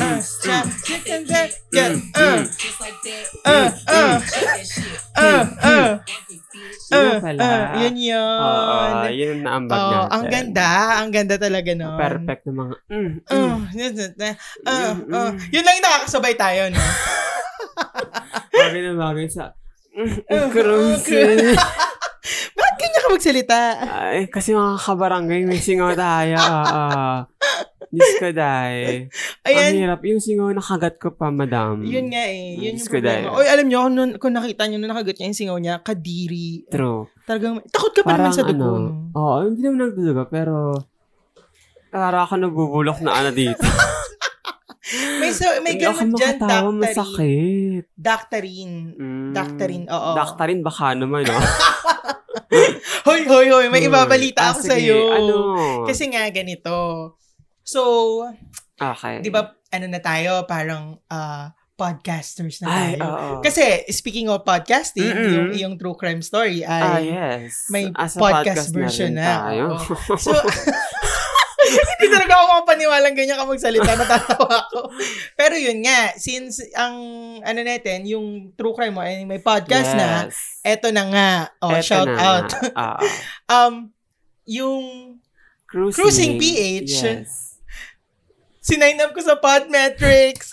uh, chop chicken that, yeah, uh, uh, uh, uh, uh, uh, Yun pala. uh, yun yun. Oo, Ah, yun ang naambag Oh, natin. ang ganda, ang ganda talaga nun. Perfect ng mga... Mm, mm. Oh, yun, yun, yun, oh, oh. yun lang yung nakakasabay tayo, no? Bagay na bagay sa... Oh, Mm, Cruising. Ba't ganyan ka magsalita? Ay, kasi mga kabarangay, may singaw tayo. Oo. Diyos ko, day. Ayan, Ang hirap. Yung singaw, nakagat ko pa, madam. Yun nga eh. Yun Mm, yung squid eye. problema. Oy, alam nyo, kung, nun, kung nakita nyo, nung nakagat niya yung singaw niya, kadiri. True. Talagang, takot ka Ano pa naman ano, sa dugo. no? Oo, hindi naman nagdudugo, pero... Para ako nabubulok na ano dito. May, so, may Hindi ako ganun dyan, makatawa, doctorine. masakit. Doctorine. Mm. Doctorine, oo. Daktarin baka naman, no? Hoy, hoy, hoy, may Uy. ibabalita Ah, ako sige, sa'yo. Ano? Kasi nga, ganito. So, okay. di ba, ano na tayo, parang ah, podcasters na Ay, tayo. oo. Kasi, speaking of podcasting, Mm-mm. yung, yung true crime story ay... ah, yes. may As a podcast rin version na. tayo. Oo. So, hindi talaga ako makapaniwalang ganyan ka magsalita. Natatawa ako. Pero yun nga, since ang ano natin, yung true crime mo, ay may podcast na, Yes. eto na nga. Oh, Eto shout na. out. Ah, ah. Um, yung cruising. Cruising PH. Yes. sinign up ko sa Podmetrics.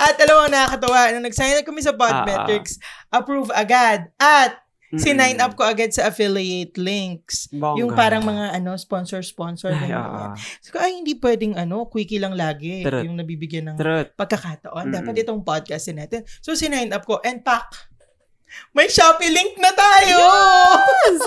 At alam mo, nakakatawa, nung nag-sign up kami sa Ah, Podmetrics, approve agad. At sinign up ko agad sa affiliate links. Bongga. Yung parang mga ano sponsor-sponsor. Oh, Ay, ah, ganyan. oo. Sabi ko, ay, hindi pwedeng ano, quickie lang lagi. True. Yung nabibigyan ng Truth. pagkakataon. Mm-mm. Dapat itong podcast din natin. So, sinign up ko, and pack. May Shopee link na tayo!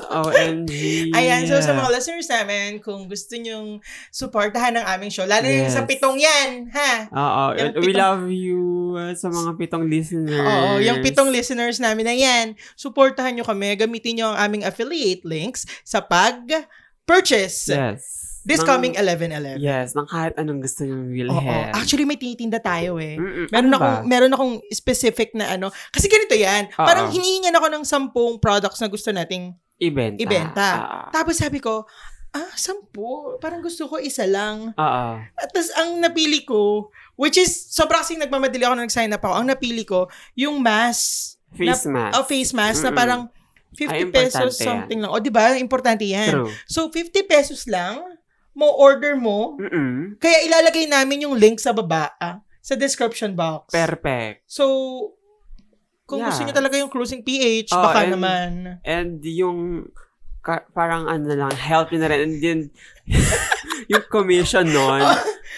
OMG. Ayan, so sa mga listeners namin, kung gusto nyong supportahan ng aming show, lalo na yung Yes. sa pitong yan, ha? Oo. Yung We pitong- love you uh, sa mga pitong listeners. Oo, yung pitong listeners namin na yan, supportahan nyo kami, gamitin nyo ang aming affiliate links sa pag-purchase Yes. this Ng- coming 11-11. Yes, ng kahit anong gusto niyong will Oo, have. actually may tinitinda tayo eh. Mm-mm. Meron Ano akong, ba? meron akong specific na ano. Kasi ganito yan. Oo. Parang hinihingan ako ng sampung products na gusto nating ibenta. ibenta. Ah, Tapos sabi ko, ah, sampu? Parang gusto ko isa lang. ah. Ah, ah. At tas ang napili ko, which is, sobrang kasing nagmamadali ako na nag-sign up ako, ang napili ko, yung mask. Face mask. O face mask na Mm-mm. parang Ay, 50 importante pesos yan. something lang. O, di ba? Importante yan. True. So, 50 pesos lang, mo order mo. Mm-mm. Kaya ilalagay namin yung link sa baba, ah, sa description box. Perfect. So, kung Yeah. gusto niyo talaga yung cruising PH, Oh, baka and- naman. And yung ka- parang ano lang, help na rin. And then, yung commission nun,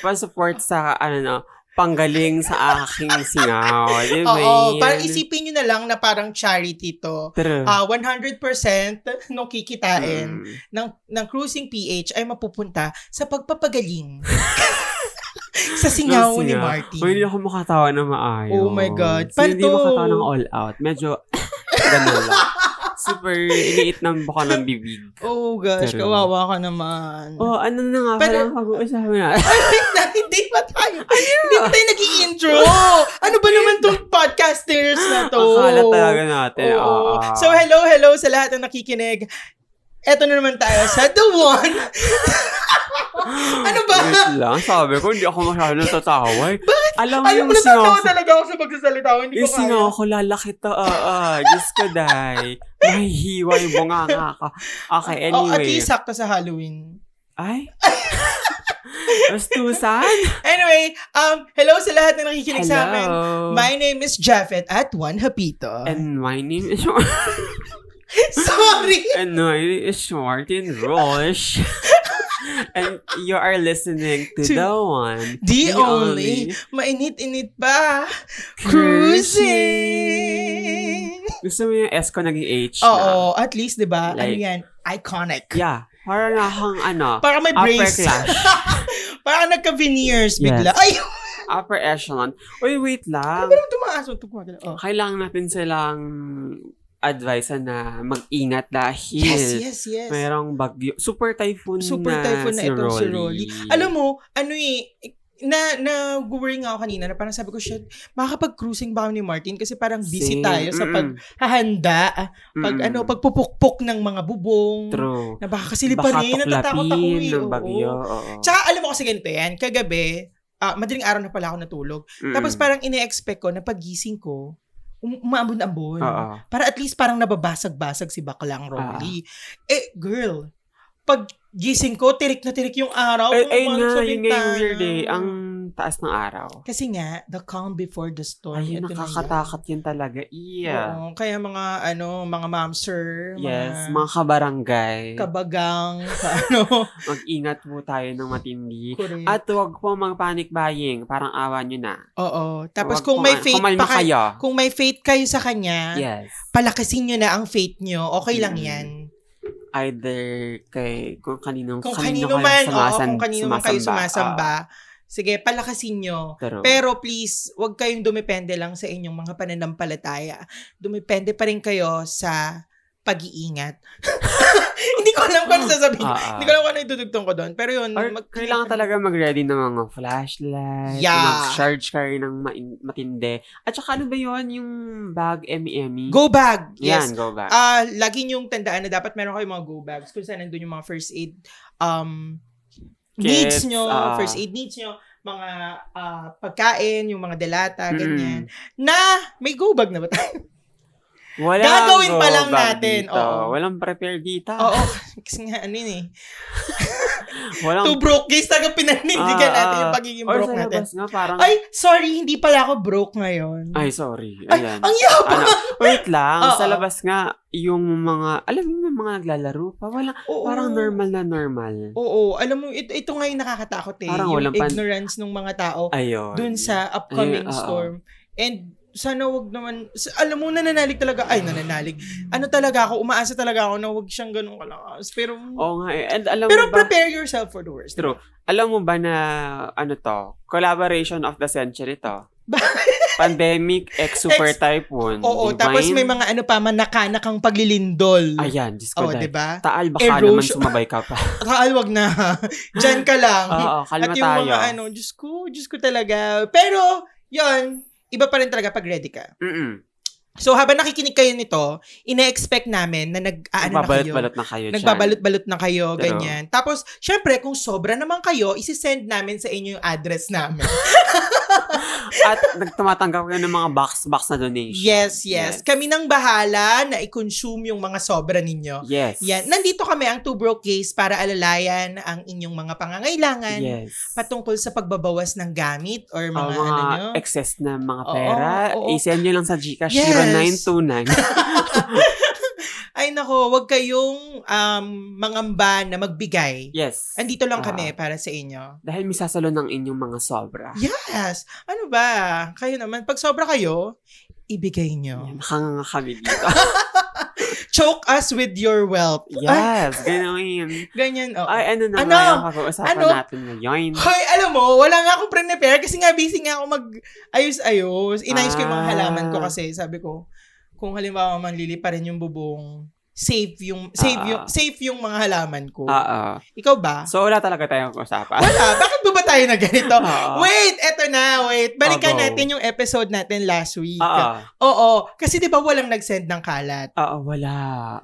pa-support sa, ano no, panggaling sa aking singaw. Di ba Oo, yun? parang isipin niyo na lang na parang charity to. True. Ah, 100% nung kikitain Mm. ng ng cruising PH ay mapupunta sa pagpapagaling. sa singaw Nung ni singaw. Martin. Uy, hindi ako makatawa na maayos. Oh my God. So, hindi Panto. makatawa ng all out. Medyo, ganun lang. Super iniit ng buka ng bibig. Oh gosh, Pero- kawawa ka naman. Oh, ano na nga Pero- pala ang pag-uusapan na. Na, hindi pa tayo. Ano Hindi pa tayo nag-i-intro. ano ba naman tong podcasters na to? Oh. Akala talaga natin. ah. Oo. Oo. So, hello, hello sa lahat ng nakikinig. Eto na naman tayo sa The One. ano ba? Wait lang, sabi ko, hindi ako masyado natatawa. eh. Alam mo Alam yung mo, natatawa singaw ko, Ano talaga ako sa pagsasalita ko. Hindi ko yung singaw kaya. Oh, ko, lalaki to. Ah, ah, Diyos ko, day. Mahihiwa yung bunganga ka. Okay, Oh, at anyway. least sakto sa Halloween. Ay. Bastusan? Anyway, um, hello sa lahat ng nakikinig sa amin. Hello. My name is Japheth at Juan Hapito. And my name is... Sorry! And my name is Martin Roche. And you are listening to, To- the one. The only, mainit-init ba? Cruising! Gusto mo yung S ko naging H na? Oo, at least, di ba? ano Like- yan? Iconic. Yeah. Parang akong ano, Para may Upper brace. class. Para nagka-veneers bigla. Ay! Yes. upper echelon. Uy, wait lang. Parang tumaas. Huwag tumagalaw. Oh. Kailangan natin silang advise na mag-ingat dahil Yes, yes, yes. merong bagyo. Super typhoon Super na typhoon na si itong si Rolly. Rolly. Alam mo, ano eh, na na worry nga ako kanina na parang sabi ko shit makakapag-cruising ba ako ni Martin kasi parang busy Same. tayo sa Mm-mm. paghahanda pag Mm-mm. ano pagpupukpok ng mga bubong True. na baka kasili pa rin natatakot ako tuklapin eh ng oo. bagyo. Oo. Tsaka alam mo kasi ganito yan, kagabi, ah, madaling araw na pala ako natulog. Mm-mm. Tapos parang ine-expect ko na pagising ko, um- umaambon-ambon. Oo. Para at least parang nababasag-basag si Baklang Ah. Rolly. Eh, girl, pag gising ko, tirik na tirik yung araw. Ay, ay Pumalag nga, sa yun nga yung bintana. weird eh. Ang taas ng araw. Kasi nga, the calm before the storm. Ay, Ito Oh, na nakakatakot yun talaga. yan. Iya. Oo, kaya mga, ano, mga ma'am sir, Yes, mga mga kabarangay. kabagang, ka- ano, Mag-ingat po tayo ng matindi. correct. At huwag po mga panic buying. Parang awa nyo na. Oo. Tapos Huwag kung po may nga- faith ano, kumalma pa kayo, kayo. kung may faith kayo sa kanya, Yes. palakasin nyo na ang faith nyo. Okay lang Mm. yan. Either kay, kung kanino, Kung kanino kanino man, kayo oo, sumasan, kung kanino man kayo Oo. sumasamba, sige, palakasin nyo. pero, Pero please, huwag kayong dumepende lang sa inyong mga pananampalataya. Dumepende pa rin kayo sa pag-iingat. Hindi ko alam kung ano sasabihin. Ah, ah. Hindi ko alam kung ano itudugtong ko doon. Pero yun, or mag- kailangan talaga mag-ready ng mga flashlight, Yeah. mag-charge kayo ng main- matindi. At saka ano ba yun, yung bag emi Go bag! Yes, Yan, go bag. Ah, lagi niyong tandaan na dapat meron kayong mga go bags kung saan nandun yung mga first aid um needs Kits, nyo, ah. first aid needs nyo, mga ah, pagkain, yung mga delata, Mm-mm. ganyan. Na, may go bag na ba tayo? Walang Gagawin pa go lang bag natin, Dito. oo. Walang prepare dito. Oo, kasi nga, ano yun eh. Walang Two broke guys, taga pinanindigan Ah, natin yung ah. pagiging Or broke sa natin. labas nga, parang, ay, Ay, sorry, hindi pala ako broke ngayon. sorry. Mm. Ay, Ayan. ang yabang! ano, wait lang, Oo. sa labas nga, yung mga, alam mo yung mga naglalaro pa, wala, Oo. parang normal na normal. Oo, alam mo, ito, ito nga yung nakakatakot eh. Parang yung walang pan- ah, ignorance ng mga tao. Ayun. dun sa upcoming Ayun, oo. storm. And sana wag naman, s- alam mo, nananalig talaga, ay nananalig. Ano talaga ako, umaasa talaga ako na wag siyang ganun kalakas. Pero, Oo nga eh. And alam pero mo ba, prepare yourself for the worst. True. alam mo ba na, ano to, collaboration of the century to? Pandemic, ex super Ex- typhoon. Oo, divine. tapos may mga ano pa, manakanakang paglilindol. Ayan, Diyos ko Oo, dahil. diba? Taal, baka naman Erosion. sumabay ka pa. Kaal, wag na. Diyan ka lang. Oo, kalma At yung tayo. mga ano, Diyos ko, Diyos ko talaga. Pero, yon iba pa rin talaga pag ready ka. Mm-mm. So, habang nakikinig kayo nito, ina-expect namin na nag-ano na kayo. Nagbabalot-balot na kayo dyan. Nagbabalot-balot na kayo, Pero- ganyan. Tapos, syempre, kung sobra naman kayo, isi-send namin sa inyo yung address namin. At nagtumatanggap kayo ng mga box-box na donation. yes, yes. Kami nang bahala na i-consume yung mga sobra ninyo. Yes. Yan. Nandito kami ang Two Broke Case para alalayan ang inyong mga pangangailangan Yes. patungkol sa pagbabawas ng gamit or mga, mga, Ah, mga ano nyo. excess na mga Oo, pera, oo. i-send nyo lang sa Gcash Yes. 0929. Ay nako, wag kayong um, mangamba na magbigay. yes. Andito lang Ah. kami para sa inyo. Dahil misasalo ng inyong mga sobra. Yes! Ano ba? Kayo naman, pag sobra kayo, ibigay nyo. Yan, Nakanganga kami dito. choke us with your wealth. Ay, yes, ganun. ganyan, oo. Ay, ano na Ano? ano? yung pag-uusapan Ano? natin ngayon? Hoy, alam mo, wala nga akong prepare kasi nga busy nga ako mag-ayos-ayos. Inayos ko yung mga Ah. halaman ko kasi sabi ko, kung halimbawa manlili pa rin yung bubong, save yung save Ah. yung safe yung mga halaman ko. Oo. Ikaw ba? So, wala talaga tayong usapan. Wala, bakit ba ba tayo na ganito? Oo. Wait, eto na, wait. Balikan Oh, Ah. go. Ah, natin yung episode natin last week. Oo. Oo, kasi 'di ba walang nag-send ng kalat? Oo, wala.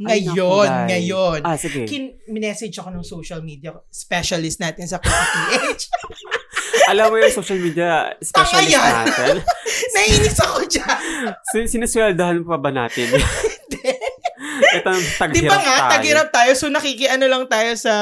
Ay, naku, Ngayon, guys. ngayon. Ah, sige. kin message ako ng social media specialist natin sa PH. Alam mo yung social media specialist yan. natin. Naiinis ako dyan. Sin- sinusweldahan pa ba natin? Ito ang Di taghirap ba nga, tayo. tagirap tayo. So, nakikiano lang tayo sa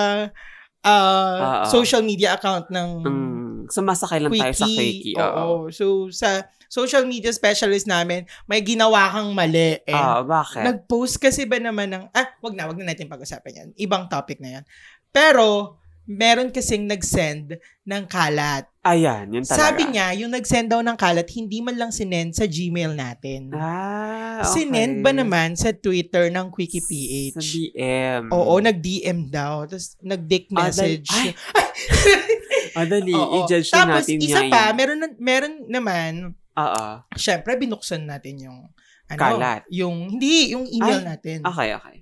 ah, Ah, ah. social media account ng Mm, sumasakay lang tayo sa Quickie. Quickie. Oo. So, sa social media specialist namin, may ginawa kang mali. Eh. Ah, bakit? Nag-post kasi ba naman ng, ah, wag na, wag na natin pag-usapan yan. Ibang topic na yan. Pero, meron kasing nag-send ng kalat. Ayan, yun talaga. Sabi niya, yung nag-send daw ng kalat, hindi man lang sinend sa Gmail natin. Ah, okay. Sinend ba naman sa Twitter ng Quickie PH? Sa DM. Oo, nag-DM daw. Tapos nag-dick Ah, dal- message. Ay! Madali, Oo. Ah, i-judge na Tapos natin isa ngayon. pa, meron, na- meron naman, Oo. syempre binuksan natin yung ano, Kalat. Yung, hindi, yung email Ay, natin. Okay, okay.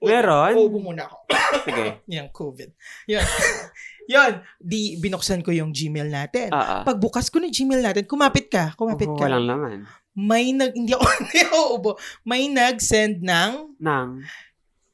Ubo- meron? Ubo muna ako. Sige. Yan, COVID. Yan. Yan. Di, binuksan ko yung Gmail natin. Oo. Pagbukas ko ng Gmail natin, kumapit ka, kumapit Ah. Oo, ka. Walang laman. May nag, hindi ako, hindi ako ubo. May nag-send ng Nang.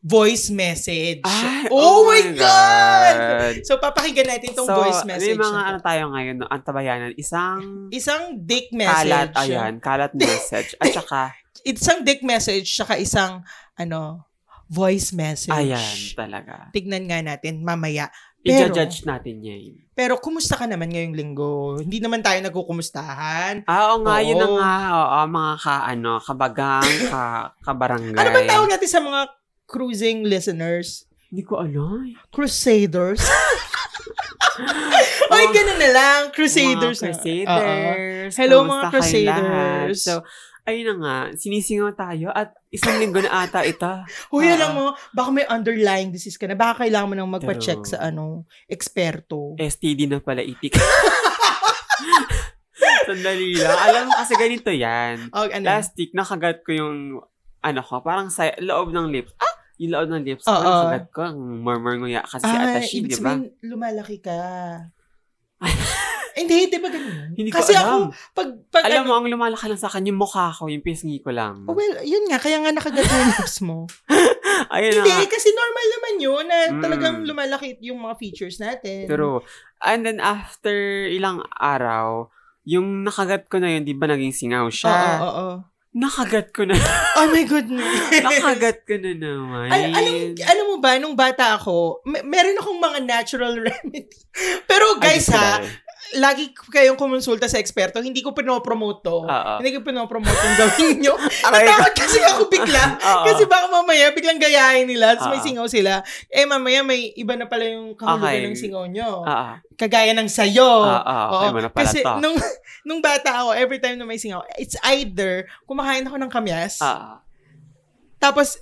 voice message. Ay, oh, my oh my God! God. So, papakinggan natin itong voice message. may mga na ano to. tayo ngayon, no? ang tabayanan, isang Isang dick message. kalat, ayan, kalat message. At saka, Isang dick message, saka isang, ano, voice message. ayan, talaga. Tignan nga natin mamaya. Pero- I-judge natin yun. Pero, kumusta ka naman ngayong linggo? Hindi naman tayo nagkukumustahan. Ah, oo nga, yun na Oo. nga. Oo, mga ka, ano, kabagang, ka, kabarangay. Ano bang tawag natin sa mga cruising listeners? Hindi ko alam. Crusaders. Oy, ganun na lang. Crusaders. Oh. na. Mga Oo. Crusaders. Hello, Kamusta mga kayong lahat? Crusaders. So, ayun na nga, sinisingaw tayo at isang linggo na ata ito. Huy, Oo. alam mo, baka may underlying disease ka na. Baka kailangan mo nang magpa-check True. Eh, sa ano, eksperto. STD na pala itik. Sandali lang. Alam mo kasi ganito yan. Oh, ano? Last week, nakagat ko yung, ano ko, parang sa loob ng lips. Ah! Yung loob ng lips. Oo. Parang nakagat ko, ang murmur nguya kasi ah, atashi, ibig di ba? sabihin, lumalaki ka. Hindi, di ba ganun? Hindi ko Kasi alam. ako, pag, pag, ano, alam mo, ang lumalaki lang sa akin, yung mukha ko, yung pisngi ko lang. Oh, well, yun nga, kaya nga nakagat mo yung lips mo. Ayun Hindi, na. nga. kasi normal naman yun na Mm. talagang lumalaki yung mga features natin. True. And then after ilang araw, yung nakagat ko na yun, di ba naging singaw Oo, oo, siya? oo. Nakagat ko na. Ah. Oh my goodness. nakagat ko na naman. Al- alam, alam mo ba, nung bata ako, me- meron akong mga natural remedy. Pero Ay, guys ha, sorry. lagi kayong kumonsulta sa eksperto. Hindi ko pinopromote to. Oo. Hindi ko pinopromote yung gawin nyo. Aray. Natakot kasi ako bigla. Oo. Kasi baka mamaya biglang gayahin nila tapos may Oo. singaw sila. Eh mamaya may iba na pala yung kahulugan Okay. Ah. ng singaw nyo. Oo. Kagaya ng sayo. Oo. Oo. Iba na pala Kasi to. nung, nung bata ako, every time na may singaw, it's either kumakain ako ng kamyas, Oo. tapos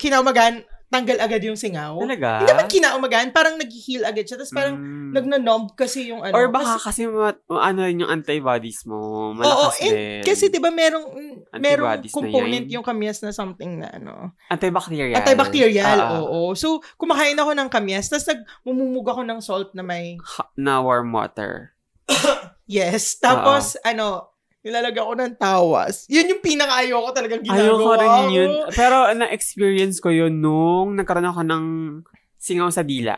kinaumagan, tanggal agad yung singaw. Talaga? Hindi naman kinaumagan, parang nag-heal agad siya. Tapos parang Mm. nagnanomb kasi yung ano. Or baka kasi, ma- ano yun yung antibodies mo. kasi, oo, Malakas and din. kasi 'di ba merong mm, merong Antibodies na component yan. yung kamyas na something na ano. Antibacterial. Ah, Antibacterial, Oo. oo. So, kumakain ako ng kamyas, tapos nagmumumug ako ng salt na may Ha- Na warm water. yes. Tapos, ano, nilalagay ako ng tawas. Yun yung pinaka-ayoko talagang ginagawa Ayoko rin ko. yun. Pero na-experience ko yun nung nagkaroon ako ng singaw sa dila.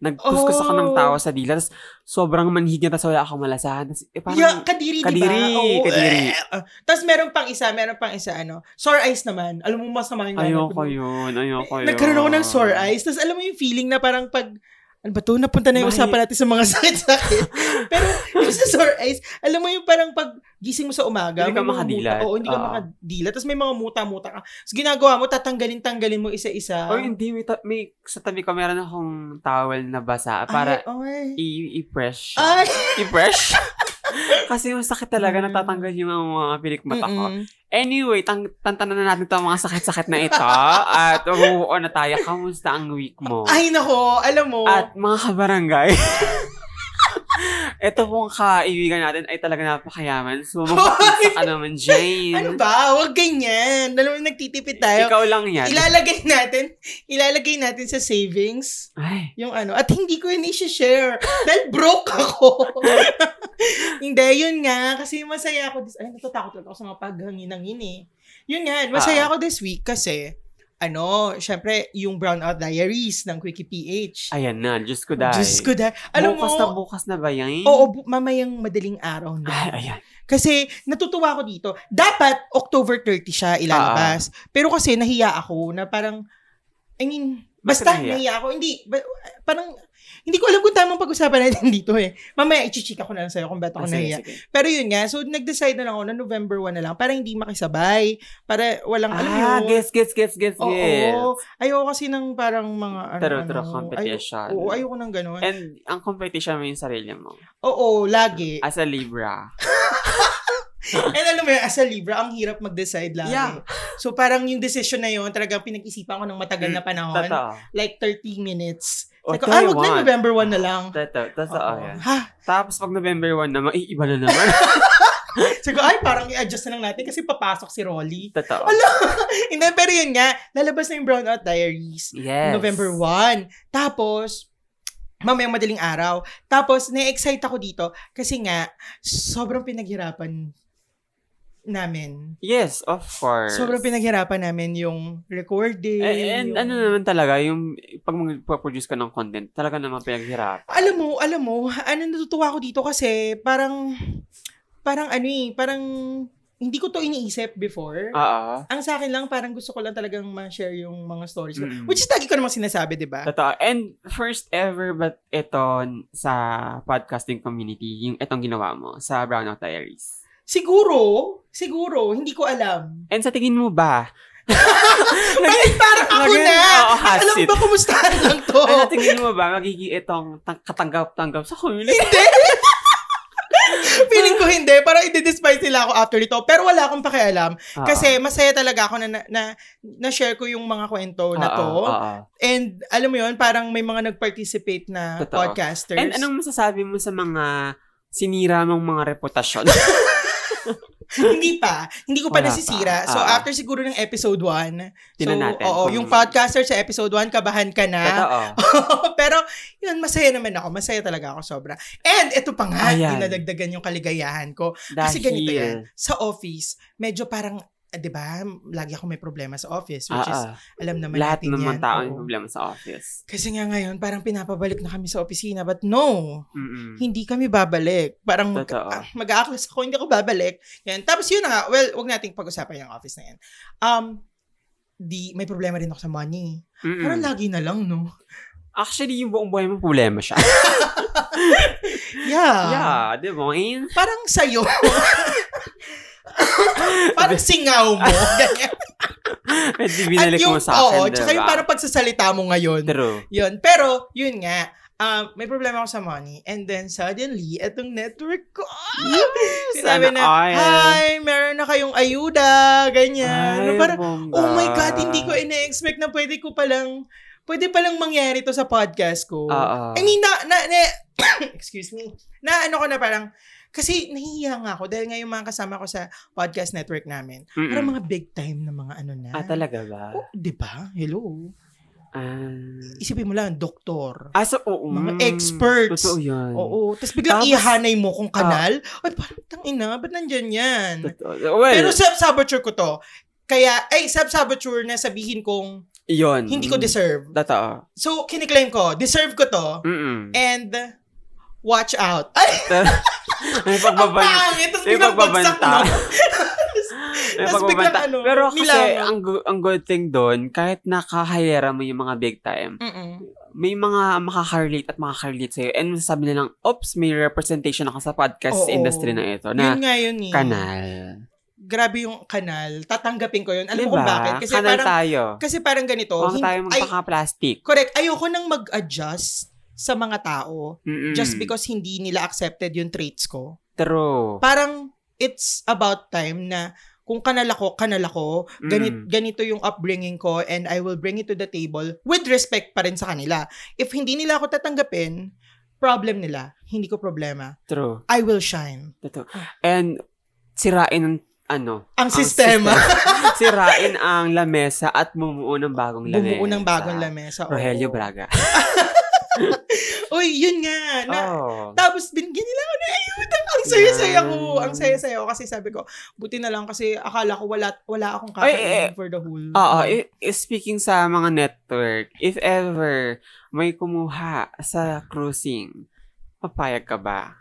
Nagkuskus ako ng Oh. tawa sa dila. Tapos sobrang manhid niya. Tapos wala akong malasahan. Tapos eh, parang... yeah, kadiri, di ba? Kadiri, Oo, kadiri. eh. Ah, Tapos meron pang isa, meron pang isa, ano, sore eyes naman. Alam mo, mas naman yung Ayoko yun. Ayoko yun. Nagkaroon ako ng sore eyes. Tapos alam mo yung feeling na parang pag, ano ba to, napunta na yung May- usapan natin sa mga sakit-sakit. Pero yung sa sore eyes, alam mo yung parang pag gising mo sa umaga, Hindi ka may mga makadilat. muta- Oo, hindi ka Oo. makadilat. Tapos may mga muta-muta ka. Tapos ginagawa mo, tatanggalin-tanggalin mo isa-isa. Oh, hindi. May, ta- may, sa tabi ko, meron akong towel na basa Ay, para Ah, okay. i- i-press siya. Ay! I-press? Kasi yung sakit talaga, Mm. natatanggal yung mga pilikmata ko. Mm-mm. Anyway, tang tantanan na natin itong mga sakit-sakit na ito. at move on na tayo. Kamusta ang week mo? Ay, nako, alam mo. At mga kabarangay. ito pong kaibigan natin ay talaga napakayaman. So, mapapisa ka naman, Jane. ano ba? Huwag ganyan. Alam mo, nagtitipid tayo. Ikaw lang yan. Ilalagay natin, ilalagay natin sa savings. ay, Yung ano, at hindi ko yun i-share dahil broke ako. hindi, yun nga, kasi masaya ako this, ay, natatakot lang ako sa mga paghangin-hangin eh. Yun nga, masaya Ah. ako this week kasi, ano, syempre, yung Brownout Diaries ng Quickie PH. ayan na. Diyos ko dahil. Diyos ko dahil, alam bukas mo, na bukas na ba yan? oo, bu- mamayang madaling araw na. Ay, ayan. Kasi, natutuwa ako dito. Dapat, October 30 siya Ah. ilalabas. Pero kasi, nahiya ako na parang, I mean, Bakit basta nahiya? nahiya ako. Hindi, ba- parang, hindi ko alam kung tamang pag-usapan natin dito eh. Mamaya, ichichika ko na lang sa'yo kung ba't Ah, ako sige, nahiya. sige. Pero yun nga, so nag-decide na lang ako na November 1 na lang para hindi makisabay. Para walang, alam mo Ah, yun. guess, guess, guess, guess, Oo, guess. ayoko kasi ng parang mga ano. Taro-taro ano. competition. Eh Ayoko, oo, ayoko ng ganun. And ang competition mo yung sarili mo. oo, lagi. As a Libra. And alam mo yun, as a Libra, ang hirap mag-decide lagi. Yeah. So parang yung decision na yun, talagang pinag-isipan ko ng matagal na panahon. Mm, Totoo. Like 30 minutes. O, Sabi ko, ah, wag na Taiwan. November 1 na lang. Totoo. Totoo Oo. yan. Ha? Tapos pag November 1 naman, eh, iba na naman. Sabi ko, ay, parang i-adjust na lang natin kasi papasok si Rolly. Totoo. Ala! Hindi, pero yun nga, lalabas na yung Brownout Diaries. Yes. November 1. Tapos, mamayang madaling araw. Tapos, na-excite ako dito kasi nga, sobrang pinaghirapan namin. Yes, of course. Sobrang pinaghirapan namin yung recording. And, and yung- ano naman talaga, yung pag mag-produce ka ng content, talaga naman pinaghirap. Alam mo, alam mo, ano natutuwa ko dito kasi parang, parang ano eh, parang hindi ko to iniisip before. Oo. Ang sa akin lang, parang gusto ko lang talagang ma-share yung mga stories ko. Mm. Which is lagi ko namang sinasabi, di ba? Totoo. And first ever but ito sa podcasting community, yung itong ginawa mo sa Brownout Diaries. Siguro, siguro, hindi ko alam. And sa tingin mo ba? Bakit parang ako Naging- na? Oo, has alam it. ba kumustahan lang to? Ano tingin mo ba magiging itong tang- katanggap-tanggap sa community? Hindi! Feeling ko hindi. Parang i-despise nila ako after ito. Pero wala akong pakialam. Oo. Kasi masaya talaga ako na, na, na, na-share ko yung mga kwento na Oo, to. oo. And alam mo yun, parang may mga nag-participate na Totoo. podcasters. And anong masasabi mo sa mga sinira mong mga reputasyon? hindi pa. Hindi ko pa Wala nasisira. pa. So, Ah. after siguro ng episode 1. So, Tingnan natin oo, kung- yung podcaster sa episode 1, kabahan ka na. Totoo. Pero, yun, masaya naman ako. Masaya talaga ako sobra. And, ito pa nga, Ayan. dinadagdagan yung kaligayahan ko. Dahil, Kasi ganito yan. Sa office, medyo parang, ah, di ba, lagi ako may problema sa office, which Ah, is, ah. alam naman lahat natin ng mga yan. tao Oo. yung problema sa office. Kasi nga ngayon, parang pinapabalik na kami sa opisina. But no, Mm-mm. hindi kami babalik. Parang mag- Hmm. Totoo. ah, mag-aaklas ako, hindi ako babalik. Yan. Tapos yun na nga, well, wag nating pag-usapan yung office na yan. Um, di, may problema rin ako sa money. Mm-mm. ah, Parang lagi na lang, no? Actually, yung buong buhay mo problema siya. Yeah. yeah, di ba? Eh, Yun. Parang sa'yo. parang singaw mo. Ganyan. Medyo binalik mo sa akin, oo, di tsaka yung ba? parang pagsasalita mo ngayon. True. Yun. Pero, yun nga, um, may problema ako sa money. And then, suddenly, etong network ko, sinabi Sana na, all. hi, meron na kayong ayuda, ganyan. Ay, parang, bongga. oh my God, hindi ko ina-expect na pwede ko palang, pwede palang mangyari to sa podcast ko. Oo. I mean, na, na, na- excuse me, na ano ko na parang, kasi nahihiya nga ako dahil nga yung mga kasama ko sa podcast network namin, Mm-mm. parang mga big time na mga ano na. Ah, talaga ba? Oh, di ba? Hello. Ah. Isipin mo lang, doktor. Ah, so, oo. Mga experts. Totoo yan. Oo. Tapos biglang Tapos- ihanay ihanay mo kung kanal. kanal. Ay, parang tangina, ba't nandyan yan? Totoo. Well, Pero self-saboteur ko to. Kaya, ay, self-saboteur na sabihin kong yun. hindi ko deserve. Totoo. So, kiniklaim ko, deserve ko to. Mm-mm. And, watch out. Ay, ang May pagbabanta. pangit. Tapos May biglang bagsak pagbabanta. na. May Tapos pagbabanta. biglang ano, Pero kasi, nilangon. ang, gu- ang good thing doon, kahit nakahayera mo yung mga big time, Mm-mm. may mga makakarelate at makakarelate sa'yo. And masasabi nilang, oops, may representation ako sa podcast Oo. industry na ito. yun Ano Na nga yun eh. kanal. Grabe yung kanal. Tatanggapin ko yun. Alam mo kung Diba? bakit? Kasi kanal parang, tayo. kasi parang ganito. Huwag hindi- tayo ay, magpaka-plastic. correct. Ayoko nang mag-adjust sa mga tao. Mm-mm. just because hindi nila accepted yung traits ko. True. Parang it's about time na kung kanal ako, kanal ako, ganit, Mm. ganito yung upbringing ko and I will bring it to the table with respect pa rin sa kanila. If hindi nila ako tatanggapin, problem nila. Hindi ko problema. True. I will shine. Totoo. And sirain ang ano? Ang ang sistema. sistema. sirain ang lamesa at bumuo ng bagong lamesa. Bumuo ng bagong lamesa. oo. eh. Ah, Rogelio Braga. Uy, yun nga. Na, oh. Tapos binigyan nila ako ng ayuda. Ang saya-saya ko. Yan. Ang saya-saya ko kasi sabi ko, buti na lang kasi akala ko wala, wala akong Ay, kakainin eh, for the whole. Oo, i- i- speaking sa mga network, if ever may kumuha sa cruising, papayag ka ba?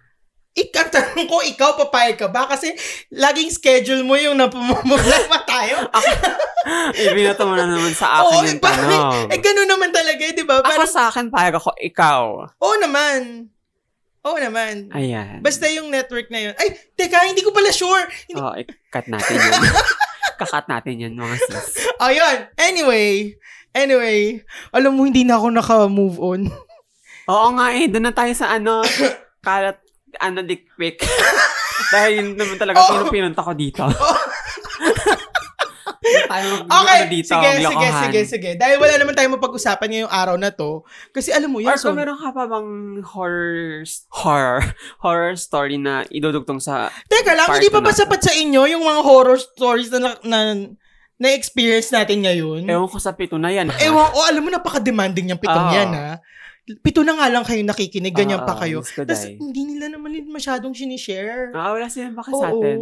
Ikatanong ko, ikaw papayag ka ba? Kasi laging schedule mo yung napumumulama tayo. Eh, binato mo na naman sa akin Oo, eh, yung bakit? tanong. eh, ganun naman talaga, eh, di ba? Ako Parang, sa akin, payag ako, ikaw. oo naman. Oo naman. Ayan. Basta yung network na yun. Ay, teka, hindi ko pala sure. Hindi- Oo, i-cut natin yun. Kakat natin yun, mga sis. Oh, yun. Anyway. Anyway. Alam mo, hindi na ako naka-move on. Oo nga eh, doon na tayo sa ano, kalat, ano, dick pic. Dahil yun naman talaga Oo. sino pinunta ko dito. Doon tayo Oh! Okay, ano dito, sige, ang sige, lokohan. sige, sige. Dahil wala naman tayong mapag-usapan ngayong araw na to. Kasi alam mo, yun, Or so, kung meron ka pa bang horror, horror, horror story na idudugtong sa, teka lang, part hindi pa ba na natin. sapat sa inyo yung mga horror stories na, na, na experience natin ngayon? ewan ko sa pito na yan. ha? Hmm? Ewan, oh, alam mo, napaka-demanding yung pitong Oo. yan, ha? Pito na nga lang kayo nakikinig, ganyan Oo, Ah, pa kayo. Diyos Ah, ko, Tapos, day. hindi nila naman yun masyadong sinishare. Ah, wala silang baka sa Oo. atin.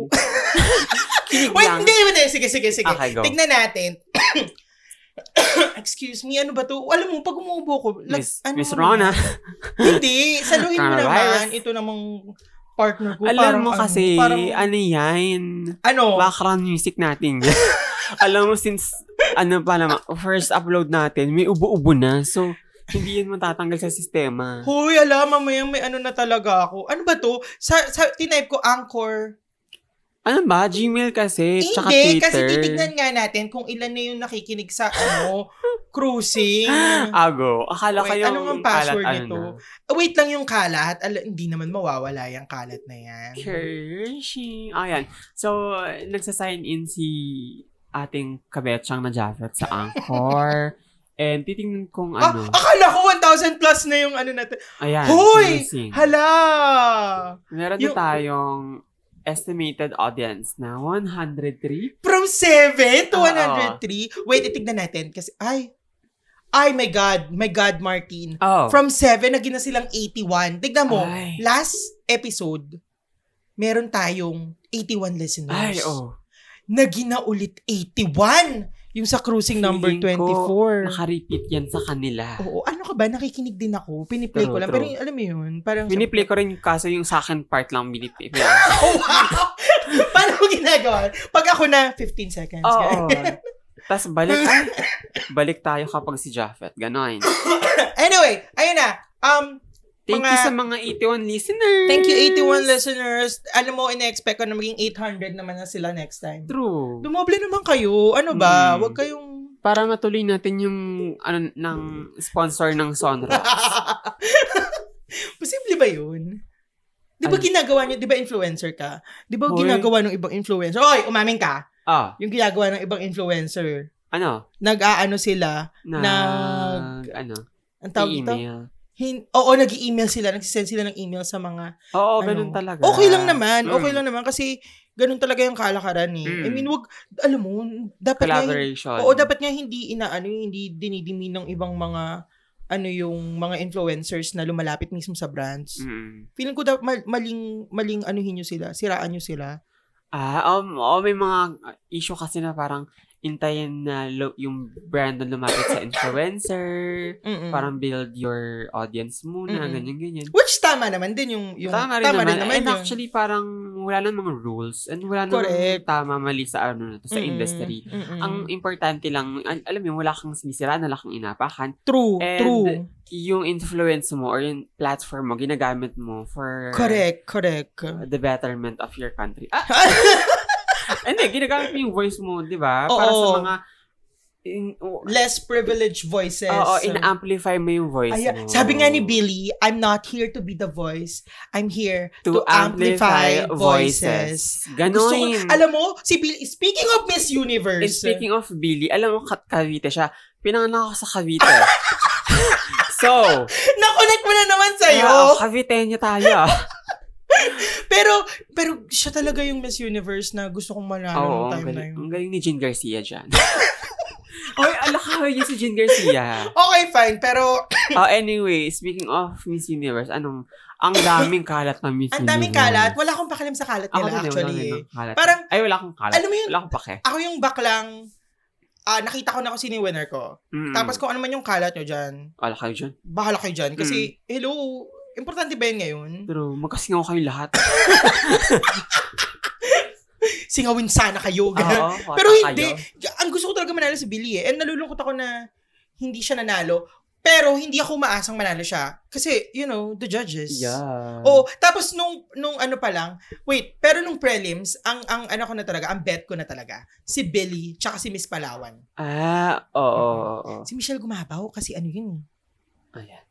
Kinig Wait, lang. hindi, hindi. Sige, sige, sige. Okay, go. Tignan natin. Excuse me, ano ba to? Alam mo, pag umuubo ko, lag- Miss, ano, Miss Rona. Hindi, saluhin mo Coronavirus. naman. Ito namang partner ko. Alam parang mo ano, kasi, parang, ano yan? ano, Background music natin yan. Alam mo, since, ano pa naman, first upload natin, may ubo-ubo na. So, hindi yan matatanggal sa sistema. Hoy, alam, mamaya may ano na talaga ako. Ano ba to? Sa, sa tinype ko, Anchor. Ano ba? Gmail kasi, tsaka Hindi, Twitter. kasi titignan nga natin kung ilan na yung nakikinig sa ano, cruising. Ago. Akala Wait, ko yung ano ang password kalat, ano nito? na. Wait lang yung kalat. Ala, hindi naman mawawala yung kalat na yan. Kershi. Ayan. So, nagsasign in si ating kabetsang na Japheth sa Angkor. And titingnan kung Ah, ano. akala ko 1,000 plus na yung ano natin. Ayan. Hoy! cruising. Hala! Meron Yung- na tayong estimated audience na 103. From 7 to Ah, Oo. 103. Wait, itignan natin. Kasi, ay. Ay, my God. My God, Martin. Oh. From 7, naging na silang 81. Tignan mo, Ay. last episode, meron tayong 81 listeners. Ay, oh. Naging na ulit 81 yung sa cruising number Feeling ko, 24. Nakarepeat yan sa kanila. Oo, ano ka ba? Nakikinig din ako. Piniplay ko True, lang. true. Pero yung- alam mo yun, parang... Biniplay ko rin kaso yung sa akin part lang biniplay. Oh, wow! Paano mo ginagawa? Pag ako na, 15 seconds. Oo. Tapos balik, ay, balik tayo kapag si Japheth. Ganon. anyway, ayun na. Um, Thank Mga- you sa mga 81 listeners. thank you 81 listeners. Alam mo, ina-expect ko na maging 800 naman na sila next time. True. Dumoble naman kayo. Ano ba? Hmm. Huwag kayong Para matuloy natin yung ano ng sponsor ng Sonra. Posible ba yun? Di ba Ano? ginagawa niyo, di ba influencer ka? Di ba Hoy. ginagawa ng ibang influencer? Oy, umamin ka. ah, Yung ginagawa ng ibang influencer. ano? Nag-aano sila, Nag, Nag- ano? ang tawag ito? Email. Hin- Oo, nag-email sila, nagsisend sila ng email sa mga, Oo, ano. ganun talaga. okay lang naman, okay Mm. lang naman, kasi ganun talaga yung kalakaran eh. I Mm. mean, wag, alam mo, dapat nga, Collaboration. oo, dapat nga hindi inaano, yung hindi dinidimi ng ibang mga, ano yung mga influencers na lumalapit mismo sa brands. Mm. Feeling ko dapat mal- maling maling anuhin nyo sila, siraan nyo sila. Ah, um, oh, may mga issue kasi na parang intayin na lo- yung brand na lumapit sa influencer. Mm-mm. Parang build your audience Mm. muna, Mm-mm. ganyan, ganyan. which tama naman din yung yung tama rin naman. yun. and actually, parang wala nang mga rules and wala nang Correct. tama, mali sa ano na to, sa Mm-mm. industry. Mm-mm. Ang importante lang, al- alam mo, yun, wala kang sinisira, wala kang inapakan. true, and- true. Yung influence mo or yung platform mo, ginagamit mo for Correct, correct. the betterment of your country. Ah! Hindi, ginagamit mo yung voice mo, di ba? Para sa Oo. mga in, Less privileged voices. oo, in-amplify mo yung voice Ayan. mo. Sabi nga ni Billy, I'm not here to be the voice. I'm here to, amplify, voices. Gusto ko, Ganon. alam mo, si Billy, speaking of Miss And Universe, speaking of Billy, alam mo, Kat Cavite siya. Pinanganak ako sa Cavite. so, na-connect mo na naman sa'yo. ah, Cavite niya tayo. pero, pero siya talaga yung Miss Universe na gusto kong manalo ng Oo, ang time na galing, yun. ang galing ni Jean Garcia dyan. Oy, alakaw niya si Jean Garcia. Okay, fine. Pero, Oh, anyway, speaking of Miss Universe, anong, ang daming kalat ng Miss ang Universe. daming kalat. Wala akong pakialam sa kalat Ako nila, din, eh, wala actually. din ng kalat. Parang, Ay, wala akong kalat. alam mo yun, Wala akong pake. ako yung baklang, ah, nakita ko na kung sino yung winner ko. Mm. Tapos kung ano man yung kalat nyo dyan, wala kayo dyan. bahala kayo dyan. Kasi, hello, importante ba yun ngayon? Pero, magkasingaw kayo lahat. Singawin sana kayo. ganun. Ah, Oo, kota Pero hindi. kayo. Ang gusto ko talaga manalo si Billy eh. And nalulungkot ako na hindi siya nanalo. Pero hindi ako maasang manalo siya. Kasi, you know, the judges. Yeah. Oo, tapos nung nung ano pa lang, wait, pero nung prelims, ang ang ano ko na talaga, ang bet ko na talaga, si Billy tsaka si Miss Palawan. Ah, oo, oo, oo. Si Michelle gumabaw kasi ano yun. Ayan. eh.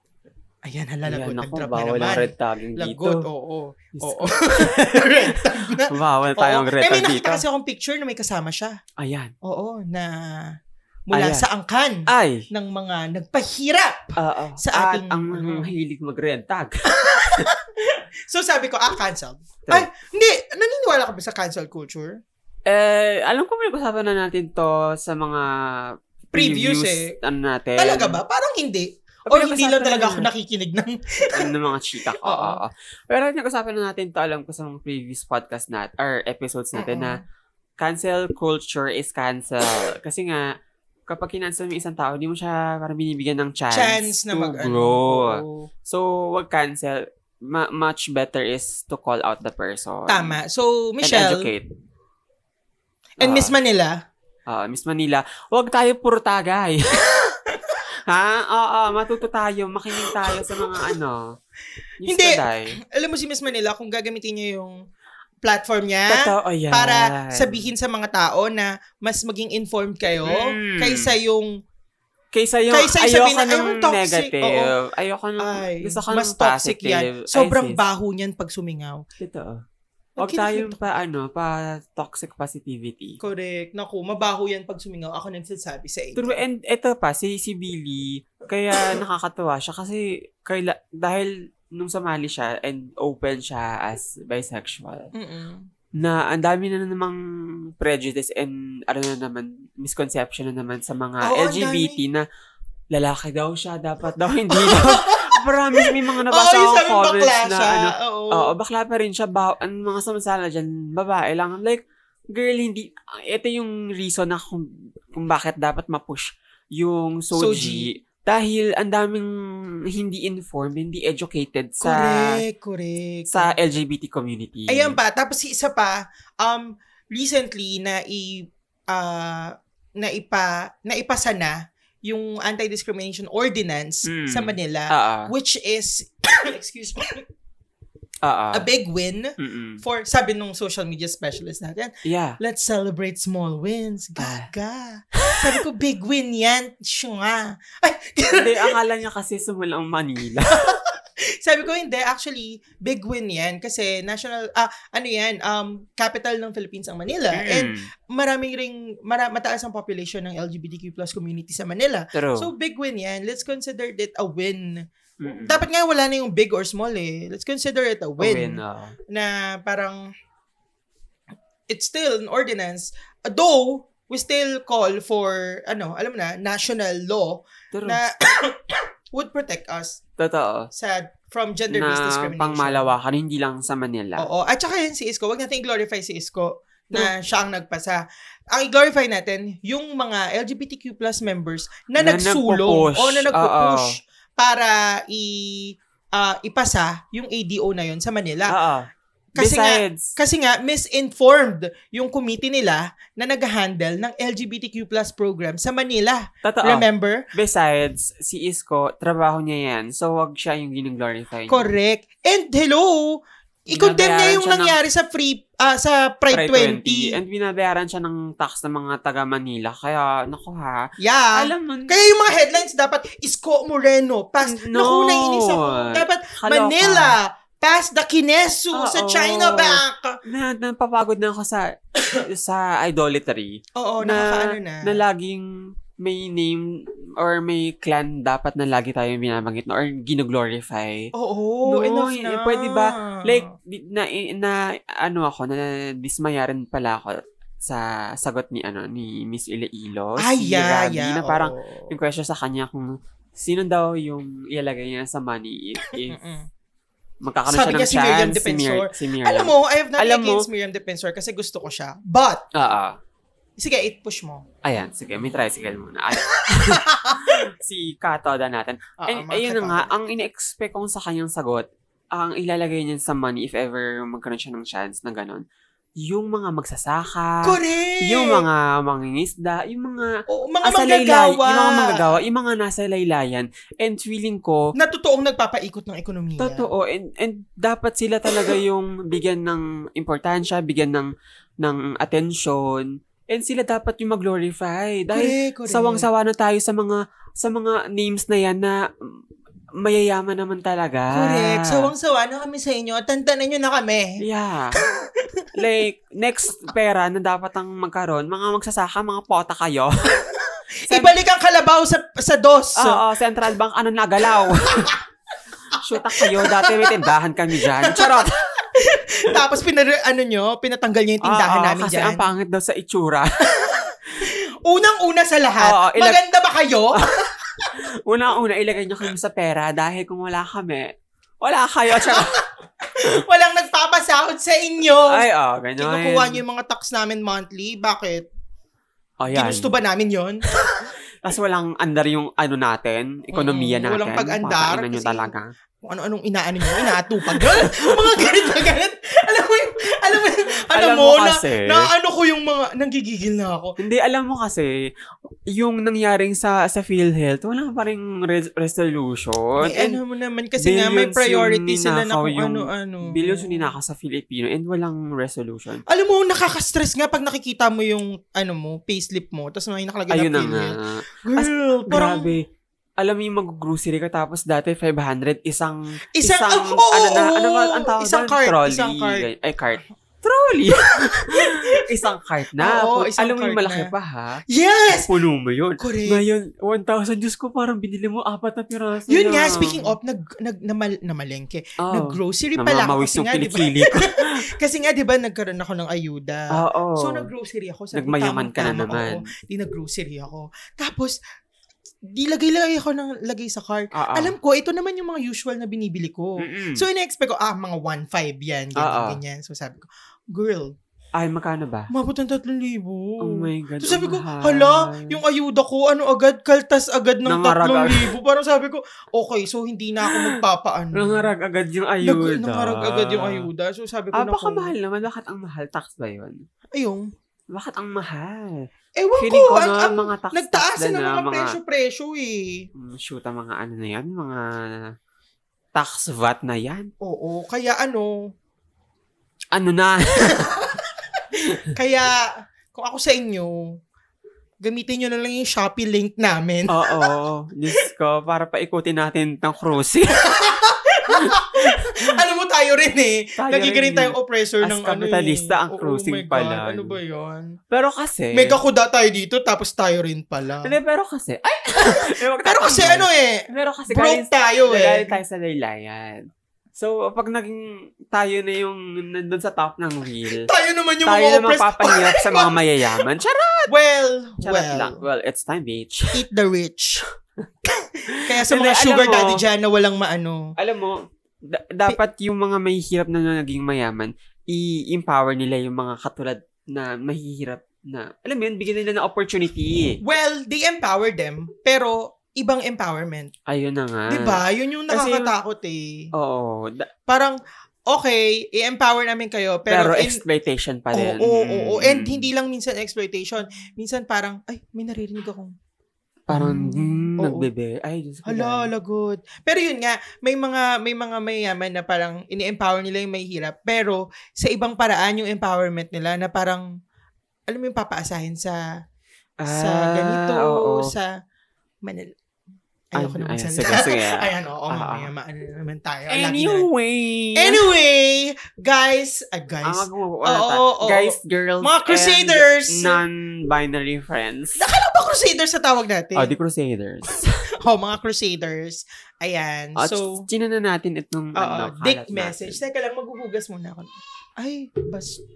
Ayan, hala, lagot. Ayan, ako, Nag-drop na bawal ang naman. red tagging Lagot, dito. oo. oo. Diyos oo. ko. red tag na. Bawal tayong Oo. red Eh, may tag nakita dito. kasi akong picture na may kasama siya. Ayan. Oo, na mula Ayan. sa angkan Ay! ng mga nagpahirap. Oo. Sa At ating- ano, ang mahilig mag-red tag. So sabi ko, ah, cancel. True. Ay, hindi. Naniniwala ka ba sa cancel culture? eh, alam ko pinag-usapan na natin to sa mga Previews, eh. previews, ano natin. Talaga ba? Parang hindi. ah, O hindi lang talaga ako nakikinig ng... Ano, ng mga chika ko. Oo. oo. Pero nag-usapan na natin to, alam ko sa mga previous podcast natin, or episodes natin na cancel culture is cancel. Kasi nga, kapag kinansel mo yung isang tao, hindi mo siya parang binibigyan ng chance, Chance na to mag- ano. grow. Oo. So, wag cancel. Ma- much better is to call out the person. Tama. So, And Michelle, and, educate. Ah. Miss Manila, Ah, Miss Manila, huwag tayo puro tagay. ha? Oo, matuto tayo. Makinig tayo sa mga ano. news Hindi. taday. alam mo si Miss Manila, kung gagamitin niya yung platform niya, Totoo yan. Ah, para sabihin sa mga tao na mas maging informed kayo Mm. kaysa yung Kaysa yung, kaysa yung ayoko sabihin na, ng "Ayun, toxic." negative. Oo. Ayoko ng, ay, gusto ko ng mas toxic positive. yan. Sobrang Ay, sis, baho niyan pag sumingaw. Totoo. Huwag Bakit tayong pa, ano, pa toxic positivity. Correct. Naku, mabaho yan pag sumingaw. Ako nagsasabi sa inyo. True, and eto pa, si, si Billy, kaya nakakatuwa siya kasi kaila, dahil nung sumali siya and open siya as bisexual, Mm-mm. na ang dami na namang prejudice and ano na naman, misconception na naman sa Oo, mga ang LGBT dami. na lalaki daw siya, dapat daw hindi daw. Marami may Oo, mga nabasa Oh, yung akong sabi bakla comments na siya. ano, Oo. Oo, bakla pa rin siya. Ba- ang mga samasala dyan, babae lang. I'm like, girl, hindi, ito yung reason na kung, kung bakit dapat mapush yung soji. Soji. Dahil ang daming hindi informed, hindi educated sa correct, correct. sa LGBT community. Ayan pa. Tapos isa pa, um, recently na i ah, na ipa na ipasa na yung anti-discrimination ordinance Mm. sa Manila Oo. which is excuse me Oo. a big win Mm-mm. for sabi nung social media specialist natin Yeah. let's celebrate small wins gaga sabi ko big win yan Shunga. ay Hindi, akala niya kasi sumulang Manila. sabi ko hindi actually big win yan kasi national ah ano yan um capital ng Philippines ang Manila and Mm, maraming ring mara, mataas ang population ng LGBTQ plus community sa Manila. True. So big win 'yan. Let's consider it a win. Mm-mm. Dapat nga wala na yung big or small eh. Let's consider it Hmm. a A win, ah. oo. na parang it's still an ordinance. Though we still call for ano, alam mo na, national law True. na would protect us Totoo. sa from Na gender-based discrimination. pangmalawakan, hindi lang sa Manila. Oo. At saka yun si Isko, wag natin i-glorify si Isko na siya ang nagpasa. Ang i-glorify natin, yung mga LGBTQ plus members na, Na nagsulong nagpo-push. o na nagpo-push Oo. para i ah, ipasa yung ADO na yun sa Manila. Oo. Kasi nga- Ah, Besides, Kasi nga, misinformed yung committee nila na nag-handle ng LGBTQ plus program sa Manila. totoo. Remember? Besides, si Isko, trabaho niya yan. So, wag siya yung ginaglorify niya. Correct. And hello, i-condemn niya yung Binabayaran siya ng- nangyari sa free ah, sa Pride, Pride 20. And binabayaran siya ng tax ng mga taga-Manila. Kaya, naku ha. Yeah. Alam mo, Ah, Kaya yung mga headlines dapat Isko Moreno pass No. naku naiinis ako dapat Kaloka. Manila pass the Kinesu sa Oo. China Bank na, napapagod na ako sa sa idolatry. oo Na- nakakaano na, Na laging may name or may clan dapat na lagi tayong binabanggit na or ginaglorify. oo No, enough eh, na pwede ba, Like, di- na, na, ano ako, na dismayaran pala ako sa sagot ni ano ni Miss Iloilo. ay si Ah, yeah, Rabi, yeah, oh, na parang oo. yung question sa kanya kung sino daw yung ilalagay niya sa money if, if Mm-mm. magkakaroon Sabi siya ng niya si Miriam chance, si, Mir- Defensor. si Miriam. alam mo I have nothing Alam mo- against Miriam Defensor kasi gusto ko siya but Oo. sige it push mo Ayan, sige, may tricycle muna. Ayan. si Katoda natin. Oo, Ay, Ah, mga ayun na katabi. nga, ang in-expect kong sa kanyang sagot, ang ilalagay niya sa money if ever magkaroon siya ng chance na ganun, yung mga magsasaka, correct ah, yung mga mangingisda, yung mga oo, mga asa laylay, manggagawa yung mga manggagawa, yung mga nasa laylayan. And feeling ko, na totoong nagpapaikot ng ekonomiya Totoo and and dapat sila talaga yung bigyan ng importansya, bigyan ng ng attention. And sila dapat yung mag-glorify dahil correct, correct. sawang-sawa na tayo sa mga sa mga names na yan na mm, mayayaman naman talaga. Correct. Ah. Sawang-sawa na kami sa inyo. Tantanan nyo na kami. Yeah. like, next pera na dapat ang magkaroon, mga magsasaka, mga pota kayo. Sen- Ibalik ang kalabaw sa sa dos. Oo, Central Bank, ano nagalaw? Shoot kayo. Dati may tindahan kami dyan. Charot! Tapos pinar ano nyo, pinatanggal nyo yung tindahan Oo, namin Ah, kasi dyan. ang pangit daw sa itsura. Unang-una sa lahat. Oo, Ah, ilag- Ah. Maganda ba kayo? Una-una, ilagay niyo kami sa pera dahil kung wala kami, wala kayo. Tsaka, Walang nagpapasahod sa inyo. Ay, oh, ganun. Kinukuha niyo yung mga tax namin monthly. Bakit? Oh, yan. Ginusto ba namin yon? Tapos walang andar yung ano natin, ekonomiya Mm, natin. walang pag-andar Papainan nyo kasi- talaga. Kung ano-anong inaano nyo, inaatupag nyo. mga ganit na ganit. Alam mo yung, alam mo yung, alam, Alam mo, mo na, kasi. na ano ko yung mga, nanggigigil na ako. Hindi, alam mo kasi, yung nangyaring sa sa PhilHealth, wala pa rin res- resolution. Eh, ano mo naman, kasi nga may billions priority yung sila na ninakaw kung yung ano-ano. Billions yung ninaka sa Filipino and walang resolution. Alam mo, nakaka-stress nga pag nakikita mo yung, ano mo, payslip mo, tapos may nakalagay Ayun na na pin nga. yun. Girl, parang, Grabe. Alam mo yung mag-grocery ka tapos dati 500 isang Isang- isang oh, ano na oo, ano ba ang tawag isang doon? cart, trolley isang cart. gan- ay cart trolley isang cart na Oo, Put- isang alam mo yung cart malaki na. pa ha yes! puno mo yun Correct. ngayon 1,000 Diyos ko parang binili mo apat na piraso Oh. Yun lang. nga, speaking of, nag, nag, namal, namalengke. Oo. Nag-grocery Na pala. ako mamawis Kasi yung nga, di ba? kilikili ko. Kasi nga, di ba, nagkaroon ako ng ayuda. Oo. So, nag-grocery ako. Sabi, Oh. Nagmayaman ka na tamang-tama, naman. oo. Di nag-grocery ako. Tapos, di lagay-lagay ako ng lagay sa cart. Oo. Alam ko, ito naman yung mga usual na binibili ko. Mm-mm. So, ina-expect ko, ah, mga 1.5 yan, ganyan, Oo. ganyan. So, sabi ko, girl, ay, magkano ba? umabot ng 3,000. Oh my God. Mm. So, sabi ang ko, mahal. hala, yung ayuda ko, ano agad, kaltas agad ng Nangarag- 3,000. Parang sabi ko, okay, so hindi na ako magpapaano. Nangarag agad yung ayuda. Nag- nangarag agad yung ayuda. So, sabi ko Ah, na baka mahal naman. Bakit ang mahal? Tax ba yun? Ayun. Bakit ang mahal? Ewan Feeling ko, ko ang, na ang mga tax Nagtaas din na ah, mga presyo-presyo eh. Mm, Shoot, ang mga ano na yan, mga tax VAT na yan. Oo, kaya ano, Ano na? kaya kung ako sa inyo, gamitin nyo na lang yung Shopee link namin. Oo. Diyos ko, para paikutin natin ng cruise. ano mo tayo rin eh. Tayo Nagiging rin rin tayong oppressor As ng ano kapitalista, eh. ang cruising my God, pala. eh. Ano ba yun? Pero kasi... Mega kuda tayo dito, tapos tayo rin pala. Hindi, pero kasi... Ay! Eh, wag Pero kasi ano tatanggol. eh, Pero kasi broke galing, tayo eh. galing tayo sa laylayan. So, pag naging tayo na yung nandun sa top ng wheel, Tayo naman yung tayo mga na oppressor. mapapahirap sa mga mayayaman. Charot! Well, Charot well, lang. Well, it's time, bitch. eat the rich. kaya sa Hindi, mga alam sugar mo- daddy dyan na walang maano. Alam mo, da- dapat yung mga mahihirap na naging mayaman, i-empower nila yung mga katulad na mahihirap na, alam mo yun, bigyan nila ng opportunity. Well, they empower them, pero ibang empowerment. Ayun na nga. 'Di ba? 'Yun yung Ah. Kasi yung- nakakatakot eh. Oo. da- Parang okay, i-empower namin kayo, pero, pero in- exploitation pa Oo, rin. oo, oo, oo. And Mm. hindi lang minsan exploitation. Minsan parang, ay, may naririnig akong, Parang, mm, Oo. nagbebe. Ay, Diyos ko. hala, lagot. Pero yun nga, may mga, may mga mayaman na parang ini-empower nila yung may hirap. Pero sa ibang paraan yung empowerment nila na parang, alam mo yung papaasahin sa, sa Ah, ganito, oo. sa manal. Ay, Ayoko naman ay, sa sige, sige. Ayan, oo, Ah. mamaya maano naman tayo. Lagi na lang. Anyway. Anyway, guys, ah, Ah, guys, Oo, magwawala tayo. oo, oo. Guys, girls, Mga crusaders. and non-binary friends. ano ba crusaders sa tawag natin? Oh, the crusaders. Oh, mga crusaders. Ayan. At so, so, na natin itong oo, ano, kalat dick natin. message. Teka lang, maghuhugas muna ako. Ay, bastos.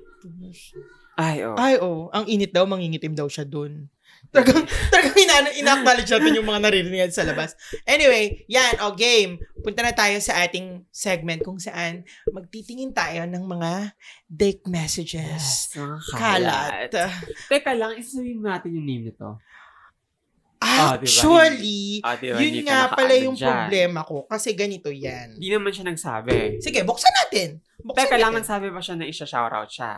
Ay, oh. Ay, oh. Ang init daw, mangingitim daw siya dun. Talagang, talagang ina- ina-acknowledge natin yung mga naririnig natin sa labas. Anyway, yan, o game. Punta na tayo sa ating segment kung saan magtitingin tayo ng mga dick messages. Mga Kalat. Teka lang, isasabihin natin yung name nito. Ah, diba? Actually, Ah, di ba, yun hindi ka nga nakaano pala yung dyan. problema ko kasi ganito yan. Hindi naman siya nagsabi. Sige, buksan natin. Buksan Oh, Teka lang, natin. nagsabi ba siya na isa-shoutout siya?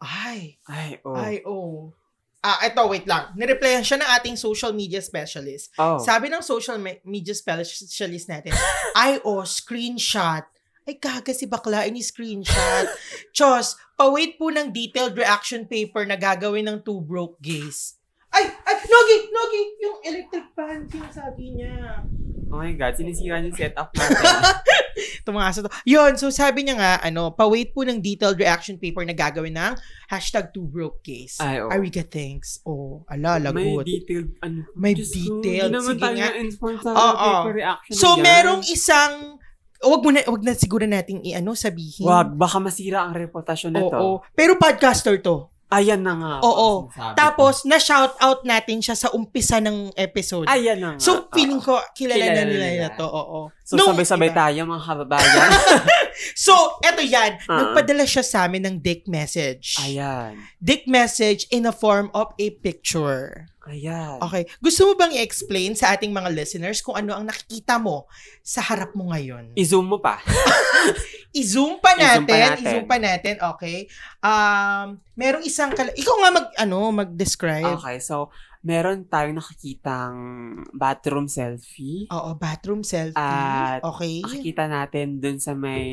Ay, Ay, oh. Ay, oh. Ah, eto, wait lang. Nireplyan siya ng ating social media specialist. oh. Sabi ng social me- media specialist natin, ay, oh, screenshot. Ay, kaga si bakla, ini screenshot. Chos, pa-wait po ng detailed reaction paper na gagawin ng two broke gays. Ay, ay, Nogi, Nogi, yung electric fan, sinasabi niya. oh my God, sinisira niya yung setup natin. Tumasa to. Yun, so sabi niya nga, ano, pa-wait po ng detailed reaction paper na gagawin ng hashtag two broke gays. Ay, oh. Ariga, thanks. Oh, ala, May lagot. detailed, ano. May Diyos ko, detailed. Hindi naman Sige tayo nga. na-inform sa Oo. paper reaction So, na yan. merong isang, wag mo na, wag na siguro nating i-ano, sabihin. Wag, baka masira ang reputasyon Oo. nito. Pero podcaster to. Ayan na nga. Oo. ang sinasabi ko. Tapos, na-shout out natin siya sa umpisa ng episode. ayan na nga. so, feeling ko, kilala, Kilala na nila nila nila. to. Oo. So, Nung- sabay-sabay Diba? tayo mga kababayan. So, eto yan. Ah. Nagpadala siya sa amin ng dick message. Ayan. Dick message in a form of a picture. Ayan. Okay. Gusto mo bang i-explain sa ating mga listeners kung ano ang nakikita mo sa harap mo ngayon? I-zoom mo pa. I-zoom pa I-zoom pa natin. natin. I-zoom pa natin. Okay. Um, merong isang kal- Ikaw nga mag, ano, mag-describe. Okay, so, meron tayong nakikitang bathroom selfie. Oo, bathroom selfie. At okay. Nakikita natin dun sa may,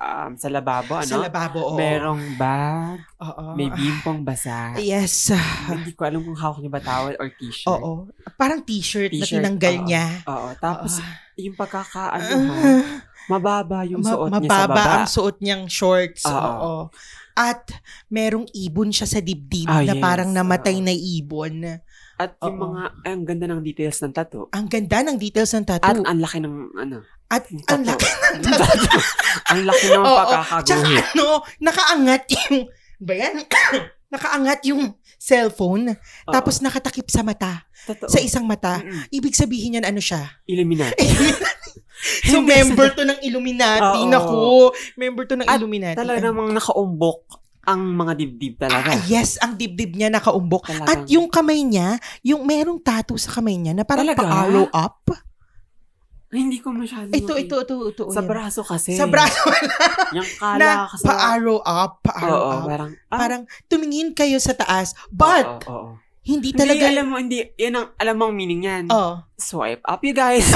um, sa lababo, Sa ano? lababo, Ah. oo. Merong bag, Oo. may bimpong basa. Yes. Hindi ko alam kung hawak niya ba towel or t-shirt. Oo. Parang t-shirt, na T-shirt, tinanggal oo. niya. Oo, tapos Oo. yung pagkakaano ha, Ah. mababa yung Ma- suot niya sa mababa baba. ang suot niyang shorts. Oo. Oo. At merong ibon siya sa dibdib Ah, na yes. parang namatay Oo. na ibon. At yung Oo. mga, ay, ang ganda ng details ng tattoo. Ang ganda ng details ng At tattoo. ang laki ng, ano, At, yung ang tattoo. laki ng Yung tattoo. tattoo. ang laki ng Oo. Tsaka pagkakaguhit. ano, nakaangat yung, ba yan? nakaangat yung cellphone. Oo. Tapos nakatakip sa mata. Totoo. Sa isang mata. Mm-mm. Ibig sabihin yan ano siya? Illuminati. so Hindi, member to ng Illuminati. Oo. Naku. Member to ng At Illuminati. Talaga namang nakaumbok ang mga dibdib Ah, talaga. yes, ang dibdib niya nakaumbok. Talagang- At yung kamay niya, yung merong tattoo sa kamay niya na parang Talaga? pa-arrow up. Ay, hindi ko masyado. Ito, makita. ito, ito, ito. Sa yan. braso kasi. Sa braso Yung na kala kasi. pa-arrow up, pa-arrow Oo, up. parang. ah, Parang tumingin kayo sa taas, but oo, oo. hindi Hindi, talaga... alam mo, hindi, yan ang, alam mo ang meaning yan. Oh. Swipe up, you guys.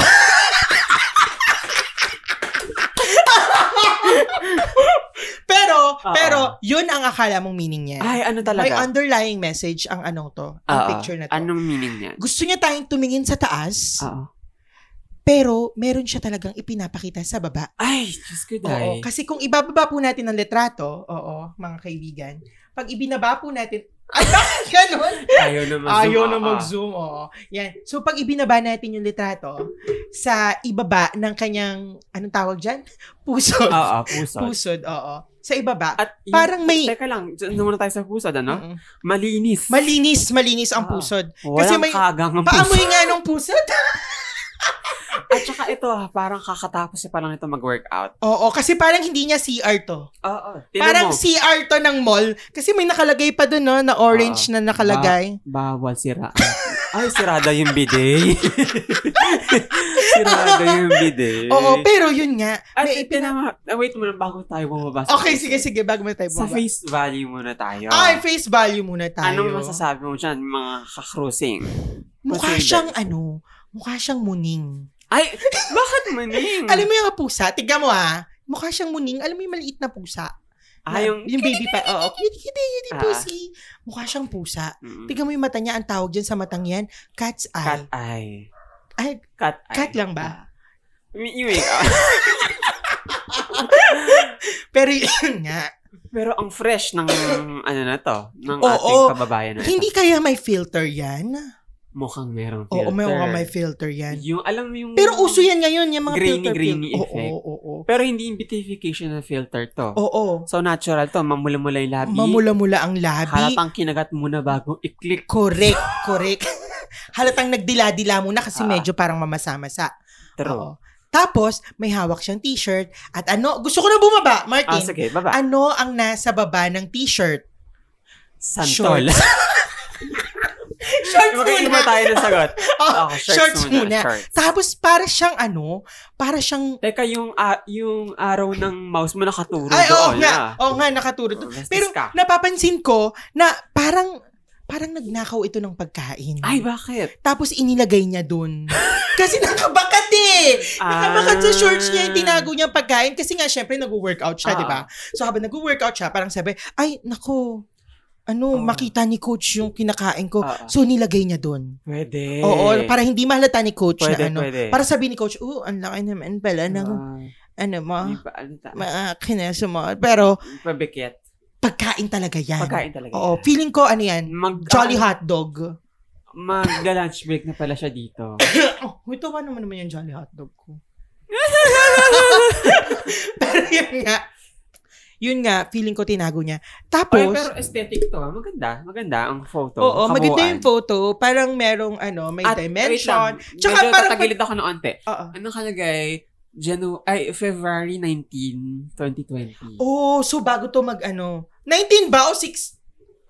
Pero, Oo. pero, yun ang akala mong meaning niya. Ay, ano May talaga? underlying message ang anong to, ang Oo. picture na to. Anong meaning niyan? Gusto niya tayong tumingin sa taas, Oo. pero meron siya talagang ipinapakita sa baba. Ay, Diyos ko, Oo, day. kasi kung ibababa po natin ang litrato, oo, mga kaibigan, pag ibinaba po natin, ay, bakit ganun? Ayaw na mag-zoom. Ayaw na oo. mag-zoom, oo. Yan. So, pag ibinaba natin yung litrato sa ibaba ng kanyang, anong tawag dyan? Pusod. Oo, puso. Pusod, oo. Sa ibaba. At yung- Parang may- Teka lang, dyan muna tayo sa pusod, ano? Mm-mm. Malinis. Malinis, malinis ang Ah. pusod. Kasi Walang may- kagang ang puso. Paamoy nga nung pusod. At saka ito, ah, parang kakatapos niya pa lang ito mag-workout. Oo, kasi parang hindi niya CR to. Oo. Parang CR to ng mall. Kasi may nakalagay pa dun, no, na orange na nakalagay. Bawal sira. Ay, sirada yung bidet. sirada yung bidet. Oo, pero yun nga. At may ito na, ah, wait muna bago tayo bumaba. sa Okay, face. sige, sige. Bago mo tayo Sa bumaba. face value muna tayo. Ay, face value muna tayo. Anong masasabi mo dyan, mga kakrusing? Mukha Consider. siyang ano, mukha siyang muning. Ay, bakit maning? Alam mo yung pusa? Tignan mo ha. Mukha siyang muning. Alam mo yung maliit na pusa? ah, Na- yung... yung baby pa. Oo, cutie, cutie, cutie, Ah. pussy. Mukha siyang pusa. Mm, Tignan mo yung mata niya. Ang tawag dyan sa matang yan, cat's cat eye. eye. Ay, Cat eye. cat lang ba? Ah. Y- Anyway, ah, Pero yun nga. pero ang fresh ng ano na to, ng Oo. ating kababayan na ito. Hindi kaya may filter yan? Mukhang merong filter. Oo, may mukhang may filter yan. Yung, alam mo yung... Pero uso yan ngayon, yung mga Grainy, filter. grainy filter. effect. Oo, oo, oo. Pero hindi yung beautification na filter to. Oo. So natural to, mamula-mula yung labi. Mamula-mula ang labi. Halatang kinagat muna bago i-click. Correct, correct. Halatang nagdila-dila muna kasi Ah. medyo parang mamasa-masa. True. Oo. Tapos, may hawak siyang t-shirt. At ano, gusto ko na bumaba, Ah, Martin. sige, baba. ano ang nasa baba ng t-shirt? Santol. Shorts Magkaiba tayo ng sagot. Oh, Oh, shorts, shorts muna. muna. Shorts. Tapos, para siyang ano, para siyang, Teka, yung, ah, yung araw ng mouse mo nakaturo ay, oo doon. nga, ah. oo nga, nakaturo to. Bastos Pero, ka. napapansin ko na parang, parang nagnakaw ito ng pagkain. Ay, bakit? Tapos, inilagay niya dun. kasi nakabakat eh! Ah. Nakabakat sa shorts niya, yung tinago niya ang pagkain. Kasi nga, syempre, nag-workout siya, Ah. di ba? So, habang nag-workout siya, parang sabi, ay, nako, ano, Oo. makita ni coach yung kinakain ko. Oo. So, nilagay niya doon. Pwede. Oo, para hindi mahalata ni coach Eh. Pwede, na ano. pwede. Para sabihin ni coach, oh, ang laki naman pala ng, ano mo, Ah, di ba, ano ta? ma, kineso mo. Pero, Pabikit. pagkain talaga yan. Pagkain talaga. Oo, feeling ko, ano yan, Mag, Jolly Hot Dog. Magla-lunch break na pala siya dito. oh, ito ba naman naman yung Jolly Hot Dog ko? pero yun nga, yun nga, feeling ko tinago niya. Oy, Tapos, pero aesthetic to. ah. Maganda. Maganda ang photo. oo, kabuuan. maganda yung photo. Parang merong, ano, may At, wait dimension. lang, Tsaka medyo parang- tatagilid ako ng onte. Oo. Ano kalagay? Janu ay February 19, 2020. Oh, so bago to mag ano. 19 ba o 6?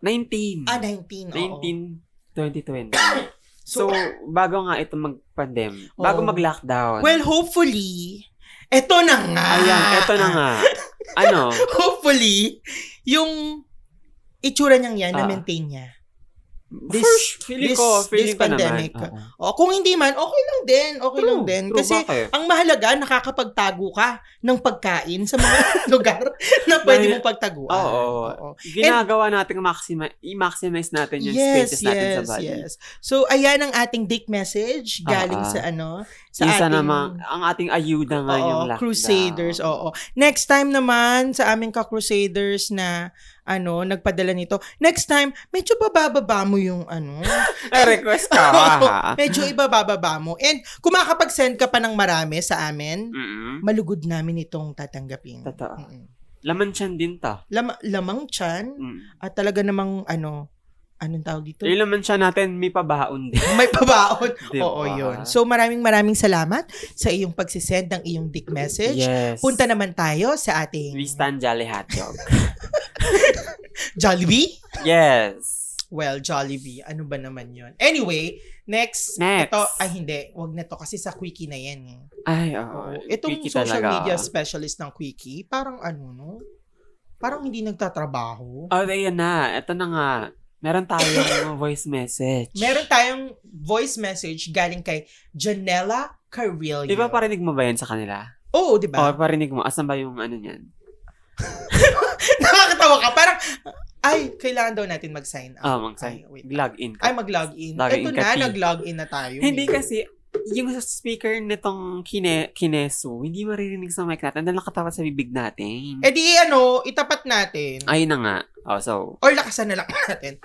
19. Ah, 19. oo. 19, 2020. So, So, bago nga ito mag-pandem. Bago Oo. mag-lockdown. well, hopefully, eto na nga. Ayan, eto na nga. Ano? Hopefully, yung itsura niyang yan, Ah. na-maintain niya. This, First, feeling this- ko, this feeling ko pandemic. naman. Oo. O, Oh, kung hindi man, okay lang din. Okay lang True, din. true, Kasi, bakit? ang mahalaga, nakakapagtago ka ng pagkain sa mga lugar na pwede Dahil- mong pagtaguan. Oo. Ginagawa natin, maxima- i-maximize natin yung spaces natin sa body. So, ayan ang ating dick message galing Ah, ah. sa ano, sa Sa Isa ating namang, ang ating ayuda nga Oo, yung lockdown. Crusaders, oo. Next time naman sa aming ka-Crusaders na ano, nagpadala nito. Next time, medyo babababa mo yung ano. Ay, request ka ba? medyo ibabababa mo. And kumakapag-send ka pa ng marami sa amin, Mm-mm. malugod namin itong tatanggapin. Totoo. Mm-mm. Laman siyan din to. Lama, lamang tiyan Mm. at talaga namang ano, anong tawag dito? Yung laman siya natin, may pabaon din. May pabaon. Diba? Oo, yun. So, maraming maraming salamat sa iyong pagsisend ng iyong dick message. yes. Punta naman tayo sa ating We stand Jolly Hot Dog. Jollibee? yes. Well, Jollibee, ano ba naman yon Anyway, next, Next. ito, ay hindi, wag na to kasi sa Quickie na yan. eh. Ay, Oo. oo. Itong Oh, Quickie social talaga. media specialist ng Quickie, parang ano no? Parang hindi nagtatrabaho. Oh, ayan na. Ito na nga. Meron tayong voice message. Meron tayong voice message galing kay Janela Carrillo. Di ba Ah. parinig mo ba yan sa kanila? Oo, di O, ba? parinig mo. Asan ba yung ano niyan? Nakakatawa ka. Parang, ay, kailangan daw natin mag-sign up. Ah, mang Ay, sign. wait. Log in Ay, ka. mag-login. Login Ito ka, na, T. nag-login na tayo. hindi Maybe. kasi, yung speaker nitong kine, kineso, hindi maririnig sa mic natin dahil nakatapat sa bibig natin. Eh di, ano, itapat natin. Ayun na nga. Oh, so, Or lakasan na lang natin.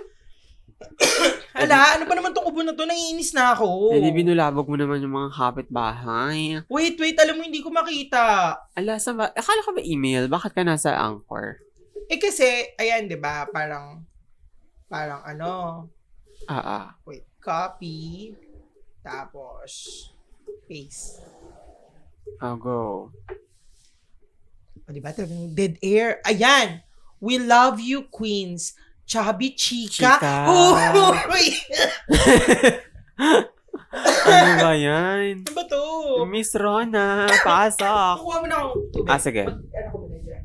Ala, ano ba naman tong ubo na to? Naiinis na ako. hindi binulabog mo naman yung mga kapitbahay. Wait, wait. Alam mo, hindi ko makita. Ala, sa ba? Akala ka ba email? Bakit ka nasa Anchor? Eh kasi, ayan, di ba? Parang, parang ano. Ah, ah. Wait, copy. Tapos, paste. I'll Ah, go. O, di ba? Talagang dead air. Ayan! We love you, Queens. Chubby Chica. Chica. Uy! ano ba yan? ano ba to? Miss Rona, pasok! Kukuha mo na akong tubig. Ah, sige. Mag- ano ko muna dyan?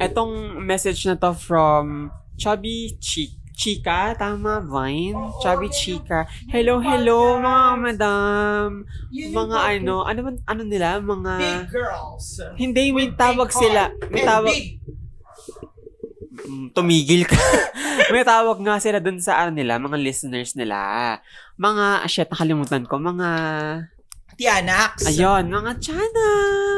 Etong message na to from Chubby Chi- Chica, tama ba yun? Oo, Chubby yun yung- Chica. Hello, hello, mga madam. Yun yung Mga topic. ano, ano ba, ano nila, mga... Big girls. Hindi, may tawag Big sila. heart. May And tawag... big Mm, Tumigil ka. may tawag nga sila dun sa ano nila, mga listeners nila. Mga, ah, shit, nakalimutan ko. Mga, Tianax. ayun, mga chana.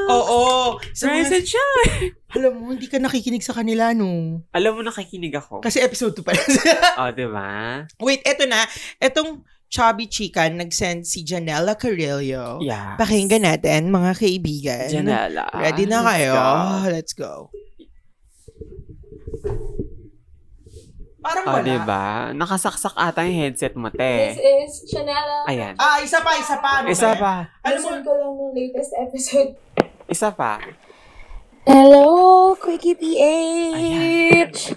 Oo. Oh, Sa Rise mga, and shine. alam mo, hindi ka nakikinig sa kanila, no? Alam mo, nakikinig ako. Kasi episode 2 pa lang. Oh, di ba? Wait, eto na. Etong chubby chica nag-send si Janela Carrillo. Yeah. Oh, Pakinggan natin, mga kaibigan. Janela. Ready na Let's kayo? go. Let's go. Parang Oh, wala. diba? Nakasaksak ata yung headset mo, te. Eh. This is Chanela. Ayan. Ah, isa pa, isa pa. Ano Isa ba? pa. Alam mo, Listen ko lang ng latest episode. Isa pa. Hello, Quickie PH!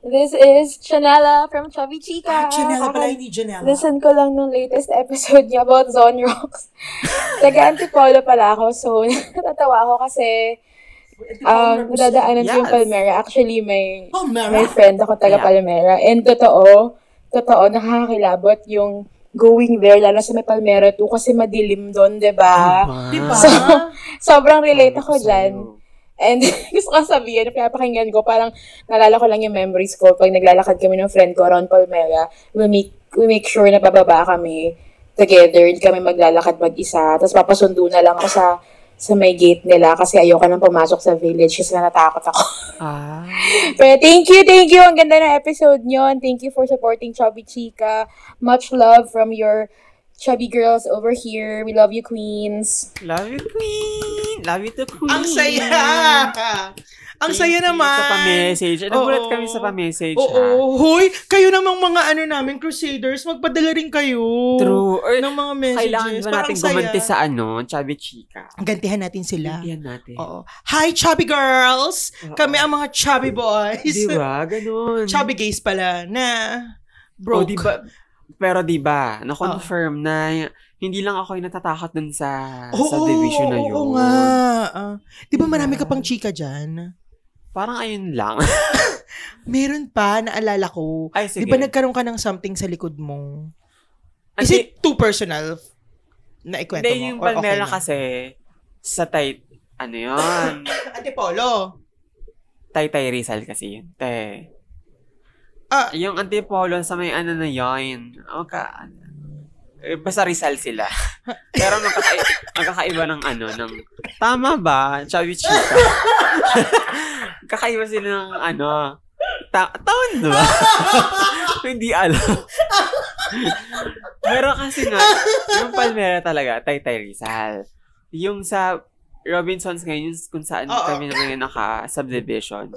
This is Chanela from Chubby ah, Chica. Janela pala, hindi Janela. Listen ko lang ng latest episode niya about Zone Rocks. Taga Antipolo pala ako, so natatawa ako kasi um, nadadaanan ko yung Yes. Palmera. Actually, may Oh, May Mara. friend ako taga Yeah. Palmera. And totoo, totoo, nakakakilabot yung going there, lalo sa may Palmera 2 kasi madilim doon, di ba? Diba? So, sobrang relate Ah, ako dyan. And gusto ko sabihin, pinapakinggan ko, parang nalala ko lang yung memories ko pag naglalakad kami ng friend ko around Palmera, we make, we make sure na bababa kami together, hindi kami maglalakad mag-isa. Tapos papasundo na lang ako sa sa may gate nila kasi ayoko nang pumasok sa village kasi natakot ako. Ah. Pero thank you, thank you. Ang ganda ng episode nyo. And thank you for supporting Chubby Chica. Much love from your chubby girls over here. We love you, queens. Love you, queen! Love you to queen! Ang saya! Ang saya naman. Sa pa-message. Oo. Nagulat kami sa pa-message, Oo. ha? Hoy, kayo namang mga ano namin, crusaders, magpadala rin kayo. True. Or, Ng mga messages. kailangan ba Parang natin saya. gumanti sa ano? Chubby Chica. Gantihan natin sila. Yan natin. Oo. Hi, chubby girls! Oo. Kami ang mga chubby boys. Di ba? Diba? Ganun. chubby gays pala na Oh, broke. di ba? Pero di ba, na-confirm na hindi lang ako yung natatakot dun sa, sa division na yun. Oo nga. Ah, di ba Diba? marami ka pang chika dyan? Parang ayun lang. Meron pa, naalala ko. Ay, sige. Di ba nagkaroon ka ng something sa likod mo? Ay, Is it too personal na ikwento mo? Hindi, yung Or okay palmera na? kasi, sa tay, ano yun? Antipolo. Tay-tay Rizal kasi yun. Te. Ah. Yung antipolo sa may ano na yun. Okay. Eh, basta Rizal sila. Pero magkaka- magkakaiba ng ano, ng... Tama ba? Chubby Chica. Kakaiba sila ng ano... Ta- taon ba? Hindi alam. Pero kasi nga, yung Palmera talaga, Taytay Rizal. Yung sa Robinsons ngayon, yung kung saan Oo. kami na ngayon naka-subdivision.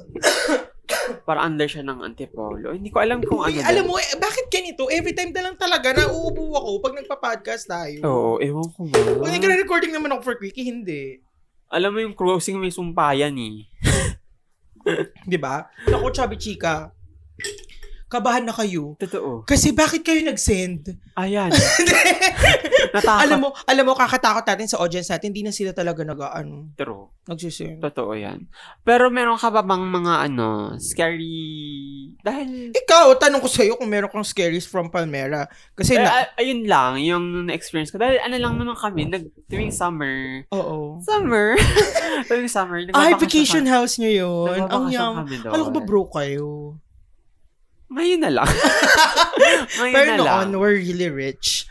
Para under siya ng Antipolo. Hindi ko alam kung ano. Uy, din. alam mo, eh, bakit ganito? Every time na lang talaga, nauubo ako pag nagpa-podcast tayo. Oo, ewan ko ba. Kung nagre-recording naman ako for quickie, hindi. Alam mo yung closing may sumpayan eh. Di ba? Ako, chubby chika. Kabahan na kayo. Totoo. Kasi bakit kayo nag-send? Ayan. Natakot. alam mo, alam mo, kakatakot natin sa audience natin, hindi na sila talaga nag, ano, True. nagsisend. Totoo yan. Pero meron ka ba bang mga ano, scary... Dahil... Ikaw, tanong ko sa'yo kung meron kang scaries from Palmera. Kasi, Eh, na, a- ayun lang, yung na-experience ko. Dahil ano lang naman kami, nag, tuwing summer. oo. Summer? tuwing summer. Ay, nagbabakasyon vacation Diba ka- Diba house nyo yun. Ang nagbabakasyon young. kami doon. Kala ko ba broke kayo? Ngayon na lang. Ngayon Pero ano, na noon, lang. we're really rich.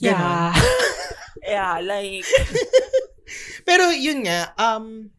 Ganon. Yeah. yeah, like... Pero yun nga, um,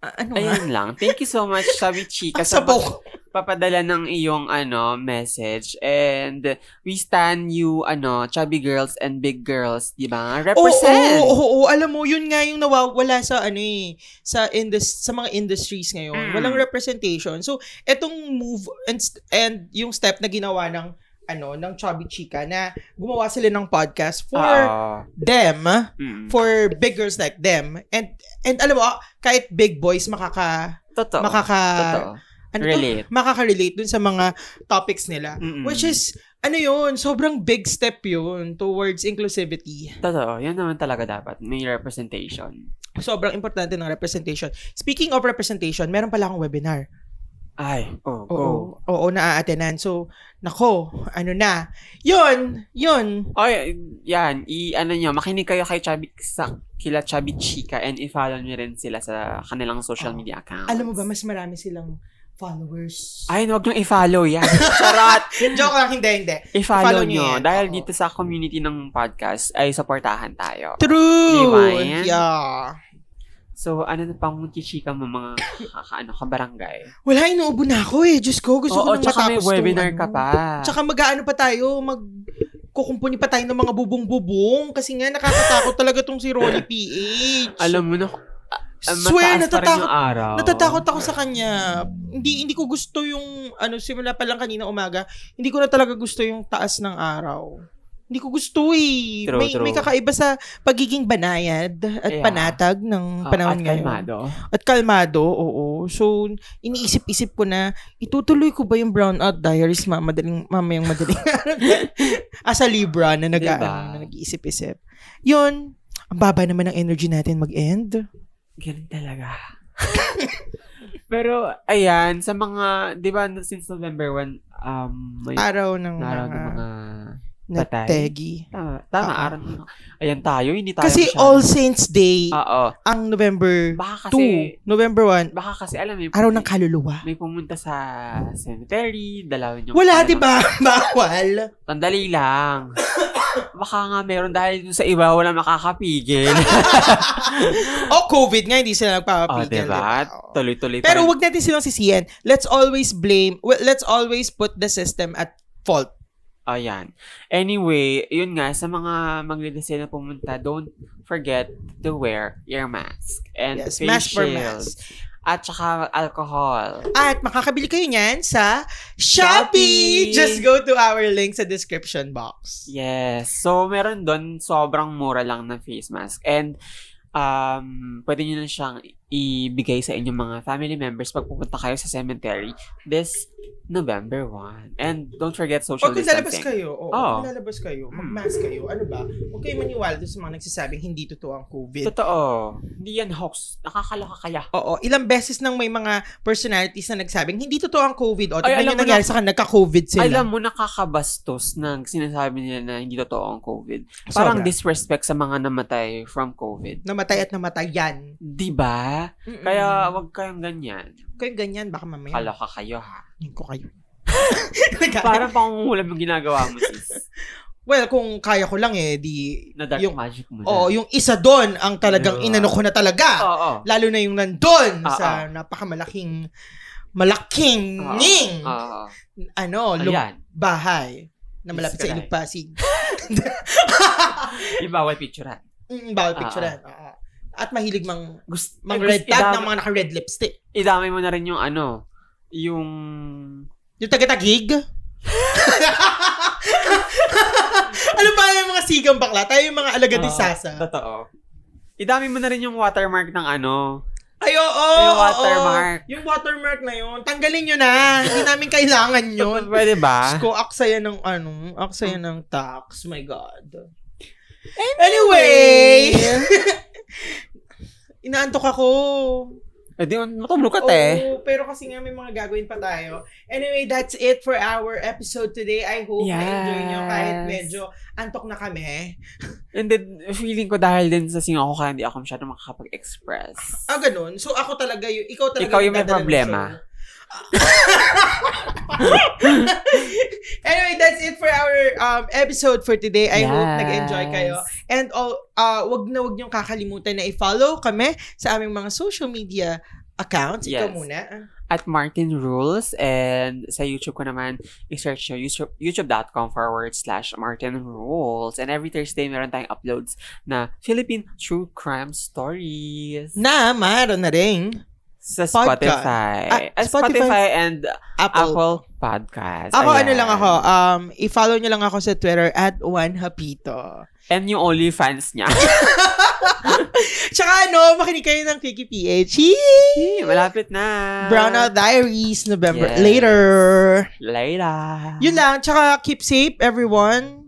a- ano nga? Ayun lang. Thank you so much, Sabi Chika. Ang sabok. papadala ng iyong ano message and we stand you ano chubby girls and big girls di ba represent Oo, oo, oo, alam mo, yun nga yung nawawala sa ano eh, sa, indus- sa mga industries ngayon. Mm. Walang representation. So, etong move and, st- and yung step na ginawa ng ano ng Chubby Chica na gumawa sila ng podcast for Ah, them mm. for big girls like them and and alam mo kahit big boys makaka totoo makaka totoo ano to? relate makaka-relate dun sa mga topics nila Mm-mm. which is ano yun sobrang big step yun towards inclusivity totoo yun naman talaga dapat may representation sobrang importante ng representation. Speaking of representation, meron pala akong webinar. ay oh go Oo. Oo, naaatenan. So, nako, ano na. Yun, yun. Ay, yan, i ano nyo, makinig kayo kay Chubby sa kila Chubby Chica and i-follow nyo rin sila sa kanilang social Oh. media accounts. Alam mo ba, mas marami silang followers. Ay, huwag nyo i-follow yan. Charot! Joke lang, hindi, hindi. Follow I-follow niyo nyo. yan, Dahil oo. dito sa community ng podcast, ay supportahan tayo. Di True! ba yan? Yeah. So, ano na pang chichika mo mga kaka, ano, kabarangay? Wala, inuubo na ako eh. Diyos ko, gusto ko nang tsaka may matapos tong webinar ano. ka pa. Tsaka mag-aano pa tayo, mag kukumpuni pa tayo ng mga bubong-bubong kasi nga nakakatakot talaga tong si Ronnie PH. Alam mo na, uh, Swear, mataas pa rin natatakot yung Ah, araw. Natatakot ako sa kanya. Hindi hindi ko gusto yung ano simula pa lang kanina umaga. Hindi ko na talaga gusto yung taas ng araw. Hindi ko gusto eh. True, may, true. may kakaiba sa pagiging banayad at Yeah. panatag ng Ah, panahon at ngayon. kalmado. At kalmado, oo. So, iniisip-isip ko na, itutuloy ko ba yung brownout diaries ma madaling, mamayang madaling araw? As a Libra na, nag, Diba? ano, na nag-iisip-isip. Yun, ang baba naman ng energy natin mag-end. Ganun talaga. Pero, ayan, sa mga, di ba, since November 1, um, may Araw ng araw ng mga mga, patay. nagtegi. tama, tama, Oo. araw ng mga, ayan tayo, hindi Ah. tayo Kasi masyado- All Saints Day Oo. ang November Baka Ah. kasi, 2, November 1, baka kasi, alam mo, araw ng kaluluwa. may pumunta sa cemetery, dalawin yung... Wala, ano, di ba? Bawal. Sandali lang. Baka nga meron dahil dun sa iba wala makakapigil. O COVID nga, hindi sila oh, nagpapapigil. diba? diba? Oo. Tuloy-tuloy Pero pa rin. wag natin silang sisiyan. Let's always blame, well, let's always put the system at fault. Ayan. Anyway, yun nga, sa mga maglilisay na pumunta, don't forget to wear your mask and Yes, face mask for shield. mask. At saka alcohol. At makakabili kayo niyan sa Shopee! Shopee! Just go to our link sa description box. Yes. So, meron doon sobrang mura lang na face mask. And, um, pwede nyo na siyang ibigay sa inyong mga family members pag pupunta kayo sa cemetery this November 1. And don't forget social Huwag kung lalabas distancing. kayo, oo, Oo. kung lalabas kayo, Mm. mag-mask kayo, ano ba? Huwag kayo maniwala doon sa mga nagsasabing hindi totoo ang COVID. Totoo. Hindi yan hoax. Nakakaloka kaya. oo, ilang beses nang may mga personalities na nagsabing hindi totoo ang COVID. O, tignan Ay, alam yung mo nangyari na- sa kanila, nagka-COVID sila. Alam mo, nakakabastos na sinasabi nila na hindi totoo ang COVID. Parang Sobra. disrespect sa mga namatay from COVID. Namatay at namatay yan. Diba? Mm. Kaya wag kayong ganyan. Kaya ganyan, baka mamaya. Kaloka kayo ha. Yun ko kayo. Parang pangungulam yung ginagawa mo sis. well, kung kaya ko lang eh, di... Na dark Yung, magic mo na. oo, yung ah, isa doon ang talagang Yeah. inano ko na Oo, talaga. oo. Lalo na yung nandun Ah, sa napakamalaking malaking Ah, ning Oo. ano, lum- Ayan. bahay na malapit sa Yes, Ilog Pasig. Yung bawal picturean. Mm, bawal Ah, picture At mahilig mang, Gusto, mang gusto- red tag ng eh, idami, mga naka-red lipstick. idami mo na rin yung ano, yung... Yung taga-tagig. ano ba yung mga sigang bakla? Tayo yung mga alagad ni Oo, Sasa. Ah, Totoo. Idami mo na rin yung watermark ng ano. Ay, oo. Yung oo, watermark. Yung watermark na yun. Tanggalin nyo na. Hindi namin kailangan yun. Pwede ba? Sko, aksaya ng ano, aksaya ng tax. My God. Anyway! Inaantok ako. Eh di, matulog ka te. Oo, pero kasi nga may mga gagawin pa tayo. Anyway, that's it for our episode today. I hope na-enjoy nyo kahit Yes. medyo antok na kami. And then, feeling ko dahil din sa singa ko, kaya hindi ako masyado makakapag-express. Ah, ganun. So, ako talaga yung, ikaw talaga Ikaw yung may dadala ng problema. show. Ah. anyway, that's it for our um, episode for today. I hope nag-enjoy kayo. And all, uh, wag na wag niyong kakalimutan na i-follow kami sa aming mga social media accounts. Ikaw Yes. muna. At Martin Rules. And sa YouTube ko naman, i-search nyo youtube- youtube.com forward slash Martin Rules. And every Thursday, meron tayong uploads na Philippine True Crime Stories. Na, mayroon na rin. Sa Podcast. Spotify. Ah, At Spotify. Spotify and Apple Apple Podcast. Ako ano Ayan. lang ako, um, i-follow nyo lang ako sa Twitter at Juan Hapito. And yung OnlyFans niya. Tsaka ano, makinig kayo ng Quickie PH. Yee! Malapit na. Brownout Diaries, November. Yes. Later. Later. Yun lang. Tsaka keep safe, everyone.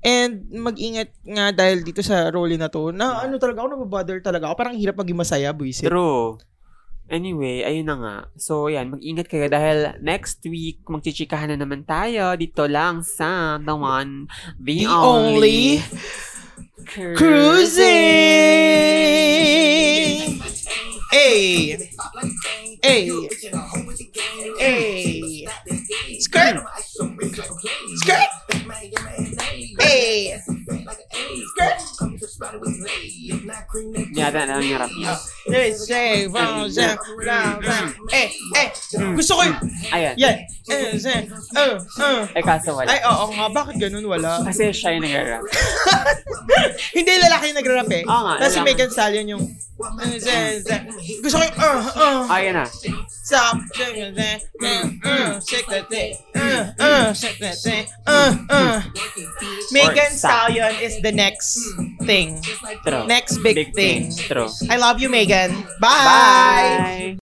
And mag-ingat nga dahil dito sa role na to. Na ano talaga ako, nababother talaga ako. Parang hirap maging masaya, buisit. True. Anyway, ayun na nga. So, yan, mag-ingat kayo dahil next week, magchichikahan na naman tayo dito lang sa The One, The, The only Only, Cruising! Ay! Ay! Ay! Skirt! Skirt! Ay! Skirt! Yata na lang yung rap niya. Let's say, round, round, round, round. Ay! Ay! Gusto ko yun! Ayan. Yan! Eh, eh, eh, eh. Ay, kaso wala. Ay, oo nga. Bakit ganun wala? Kasi siya yung nag-rap. Hindi lalaki yung nagra-rap eh. Oo nga, Tapos si lalaki. Megan Stallion yung... eh, eh, eh. Gusto ko yung... Uh, uh. Ayun na. Stop shaking that, uh, uh, shake that thing, uh, uh, shake that thing, uh, uh. Megan Or stop. Stallion is the next thing, True. next big, thing. True. I love you, Megan. Bye. Bye!